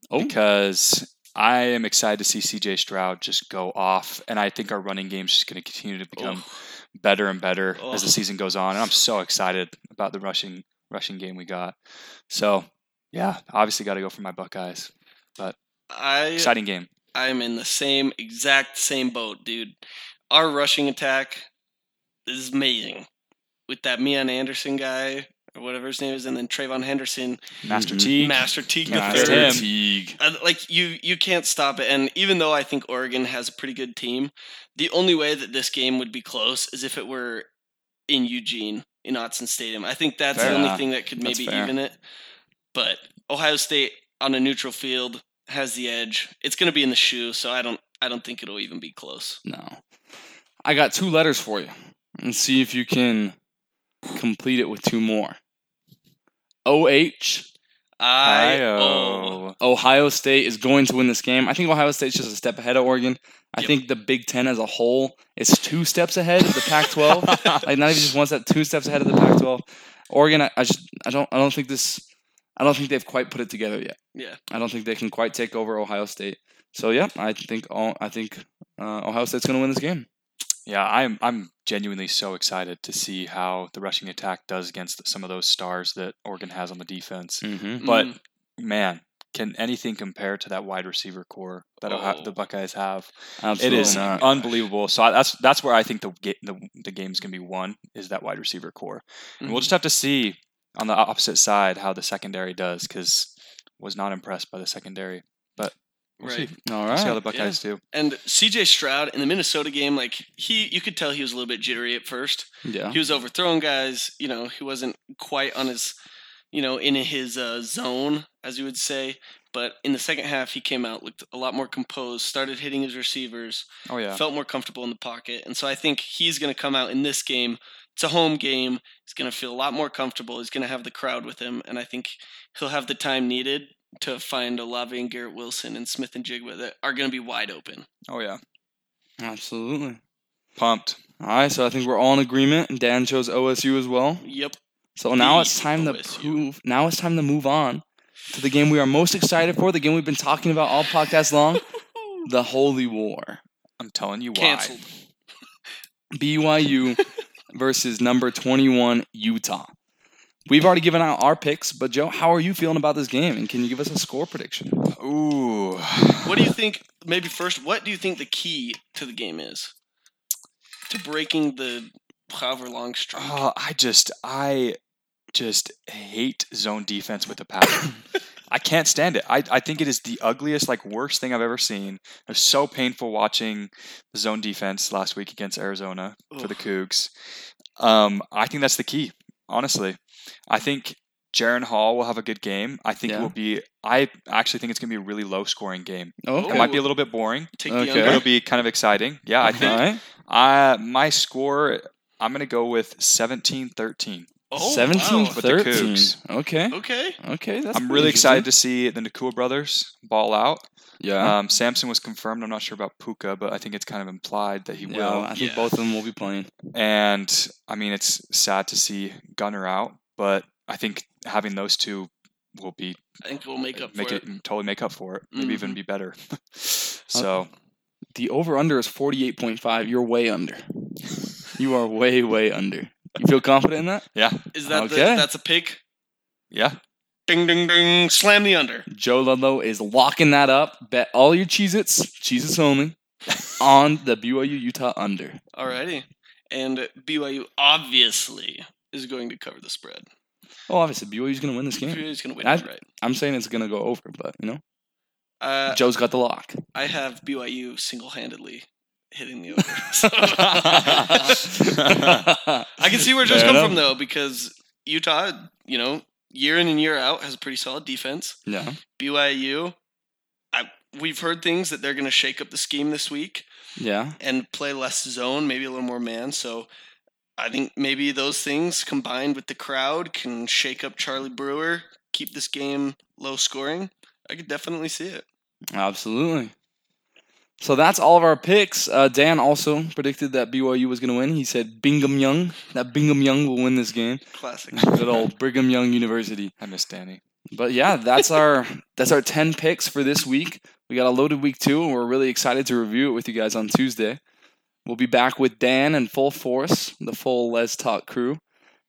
Oh.
because I am excited to see CJ Stroud just go off, and I think our running game is just going to continue to become better and better as the
Oh.
season goes on. And I'm so excited about the rushing rushing game we got. So yeah, obviously got to go for my Buckeyes.
I
Exciting game.
I'm in the same exact same boat, dude. Our rushing attack is amazing with that Mian Anderson guy or whatever his name is, and then Trayvon Henderson,
Master
Mm-hmm.
Mhm.
T.
Master Teague the
Master
third.
Teague.
Uh, Like you, you can't stop it. And even though I think Oregon has a pretty good team, the only way that this game would be close is if it were in Eugene in Otson Stadium. I think that's
Fair.
the only thing that could
That's
maybe
fair.
even it. But Ohio State on a neutral field has the edge. It's going to be in the shoe, so I don't I don't think it'll even be close.
No. I got two letters for you. And see if you can complete it with two more. OH,
I oh
Io.
Ohio State is going to win this game. I think Ohio State's just a step ahead of Oregon. I
Yep.
think the Big Ten as a whole is two steps ahead of the Pac 12. like, not even just one step, two steps ahead of the Pac 12. Oregon, I, I, just, I, don't, I don't think this. I don't think they've quite put it together yet.
Yeah.
I don't think they can quite take over Ohio State. So yeah, I think all, I think uh, Ohio State's going to win this game.
Yeah, I'm I'm genuinely so excited to see how the rushing attack does against some of those stars that Oregon has on the defense.
Mm-hmm.
But
Mm.
man, can anything compare to that wide receiver core that Ohio,
Oh.
the Buckeyes have?
Absolutely
it is Uh,
not.
unbelievable. So I, that's that's where I think the ga- the, the game's gonna be won is that wide receiver core. And
Mm-hmm.
we'll just have to see on the opposite side how the secondary does because was not impressed by the secondary. We'll
right.
see.
all
We'll see how
right.
the Buckeyes do.
And CJ Stroud in the Minnesota game, like he, you could tell he was a little bit jittery at first.
Yeah.
He was overthrowing guys. You know, he wasn't quite on his, you know, in his uh, zone, as you would say. But in the second half, he came out looked a lot more composed. Started hitting his receivers.
Oh yeah.
felt more comfortable in the pocket. And so I think he's going to come out in this game. It's a home game. He's going to feel a lot more comfortable. He's going to have the crowd with him. And I think he'll have the time needed to find Olave and Garrett Wilson and Smith and Jigba that are going to be wide open.
Oh yeah.
Absolutely.
Pumped.
All right, so I think we're all in agreement. Dan chose OSU as well.
Yep.
So now
The
it's time to
OSU.
prove. Now it's time to move on to the game we are most excited for. The game we've been talking about all podcast long. the Holy War.
I'm telling you why.
Canceled.
BYU versus number 21 Utah. We've already given out our picks, but Joe, how are you feeling about this game? And can you give us a score prediction?
Oh, Ooh.
What do you think? Maybe first, what do you think the key to the game is? To breaking the however long streak.
Oh, I just I just hate zone defense with a passion. I can't stand it. I, I think it is the ugliest, like worst thing I've ever seen. It was so painful watching the zone defense last week against Arizona for the Cougs. Um, I think that's the key, honestly. I think Jaron Hall will have a good game. I think
Yeah.
it will be I actually think it's gonna be a really low scoring game.
Oh,
Okay.
It might be a little bit boring,
Take
okay.
the
but
under.
it'll be kind of exciting. Yeah, I think
All right.
uh, my score, I'm going to go with 17 13.
Oh,
17
wow.
with the
13.
Cougs.
Okay.
Okay.
Okay. That's
I'm
pretty
really excited
interesting.
to see the Nakua brothers ball out.
Yeah.
Um, Samson was confirmed. I'm not sure about Puka, but I think it's kind of implied that he
yeah,
will.
I think
yeah.
both of them will be playing.
And I mean, it's sad to see Gunner out, but I think having those two will be
I think we'll make up
make
for
it,
it.
totally make up for it. Maybe
Mm-hmm.
even be better. so
The over under is 48.5. You're way under. You are way, way under. You feel confident in that?
yeah,
Is that the,
Okay.
that's a pick?
yeah.
Ding ding ding! Slam the under.
Joe Ludlow is locking that up. Bet all your Cheez Its, Cheez Its only, on the BYU Utah under.
Alrighty. And BYU obviously is going to cover the spread.
Oh, obviously, BYU's going to win this game.
BYU's going to win,
I-
it, right?
I'm saying it's going to go over, but, you know,
Uh,
Joe's got the lock.
I have BYU single-handedly hitting the over. So- I can see where Joe's
Fair
come
enough.
from though, because Utah, you know, year in and year out has a pretty solid defense.
Yeah.
BYU, I, we've heard things that they're going to shake up the scheme this week.
Yeah.
and play less zone, maybe a little more man. So I think maybe those things combined with the crowd can shake up Charlie Brewer, keep this game low scoring. I could definitely see it.
Absolutely. So that's all of our picks. Uh, Dan also predicted that BYU was going to win. He said Bingham Young, that Bingham Young will win this game.
Classic.
Good old Brigham Young University.
I miss Danny.
But yeah, that's our that's our ten picks for this week. We got a loaded week two, and we're really excited to review it with you guys on Tuesday. We'll be back with Dan and full force, the full Les Talk crew,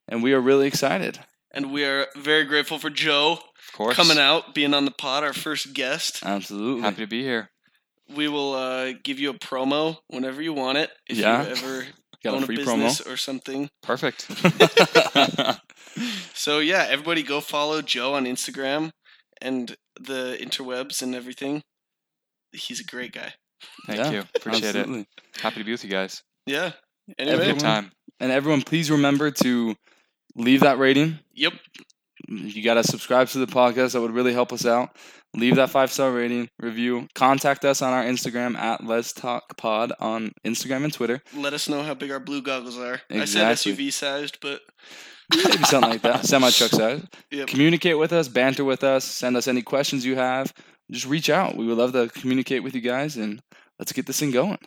and we are really excited.
and we are very grateful for Joe
Of course.
coming out, being on the pod, our first guest.
Absolutely.
Happy to be here.
We will uh, give you a promo whenever you want it. If
Yeah.
you ever
got
own
a
a
free
business or something.
Perfect.
So yeah, everybody go follow Joe on Instagram and the interwebs and everything. He's a great guy.
Thank
Yeah,
you.
promo.
Appreciate it.
Absolutely.
Happy to be with you guys.
Yeah.
Have a
Anyway,
Everyone-
good time.
And everyone, please remember to leave that rating.
yep.
You got to subscribe to the podcast. That would really help us out. Leave that five star rating, review. Contact us on our Instagram at Let's Talk Pod on Instagram and Twitter.
Let us know how big our blue goggles are. I
Exactly.
said SUV sized, but
Maybe something like that. Semi truck size.
yep.
communicate with us, banter with us, send us any questions you have. Just reach out. We would love to communicate with you guys and let's get this thing going.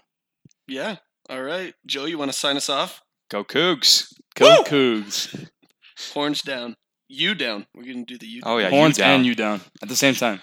yeah. All right, Joe, you want to sign us off?
Go Cougs.
Go Cougs.
Horns down.
you down. We're gonna do the you.
Oh yeah,
Horns
you down.
Oh,
and you down at the same time.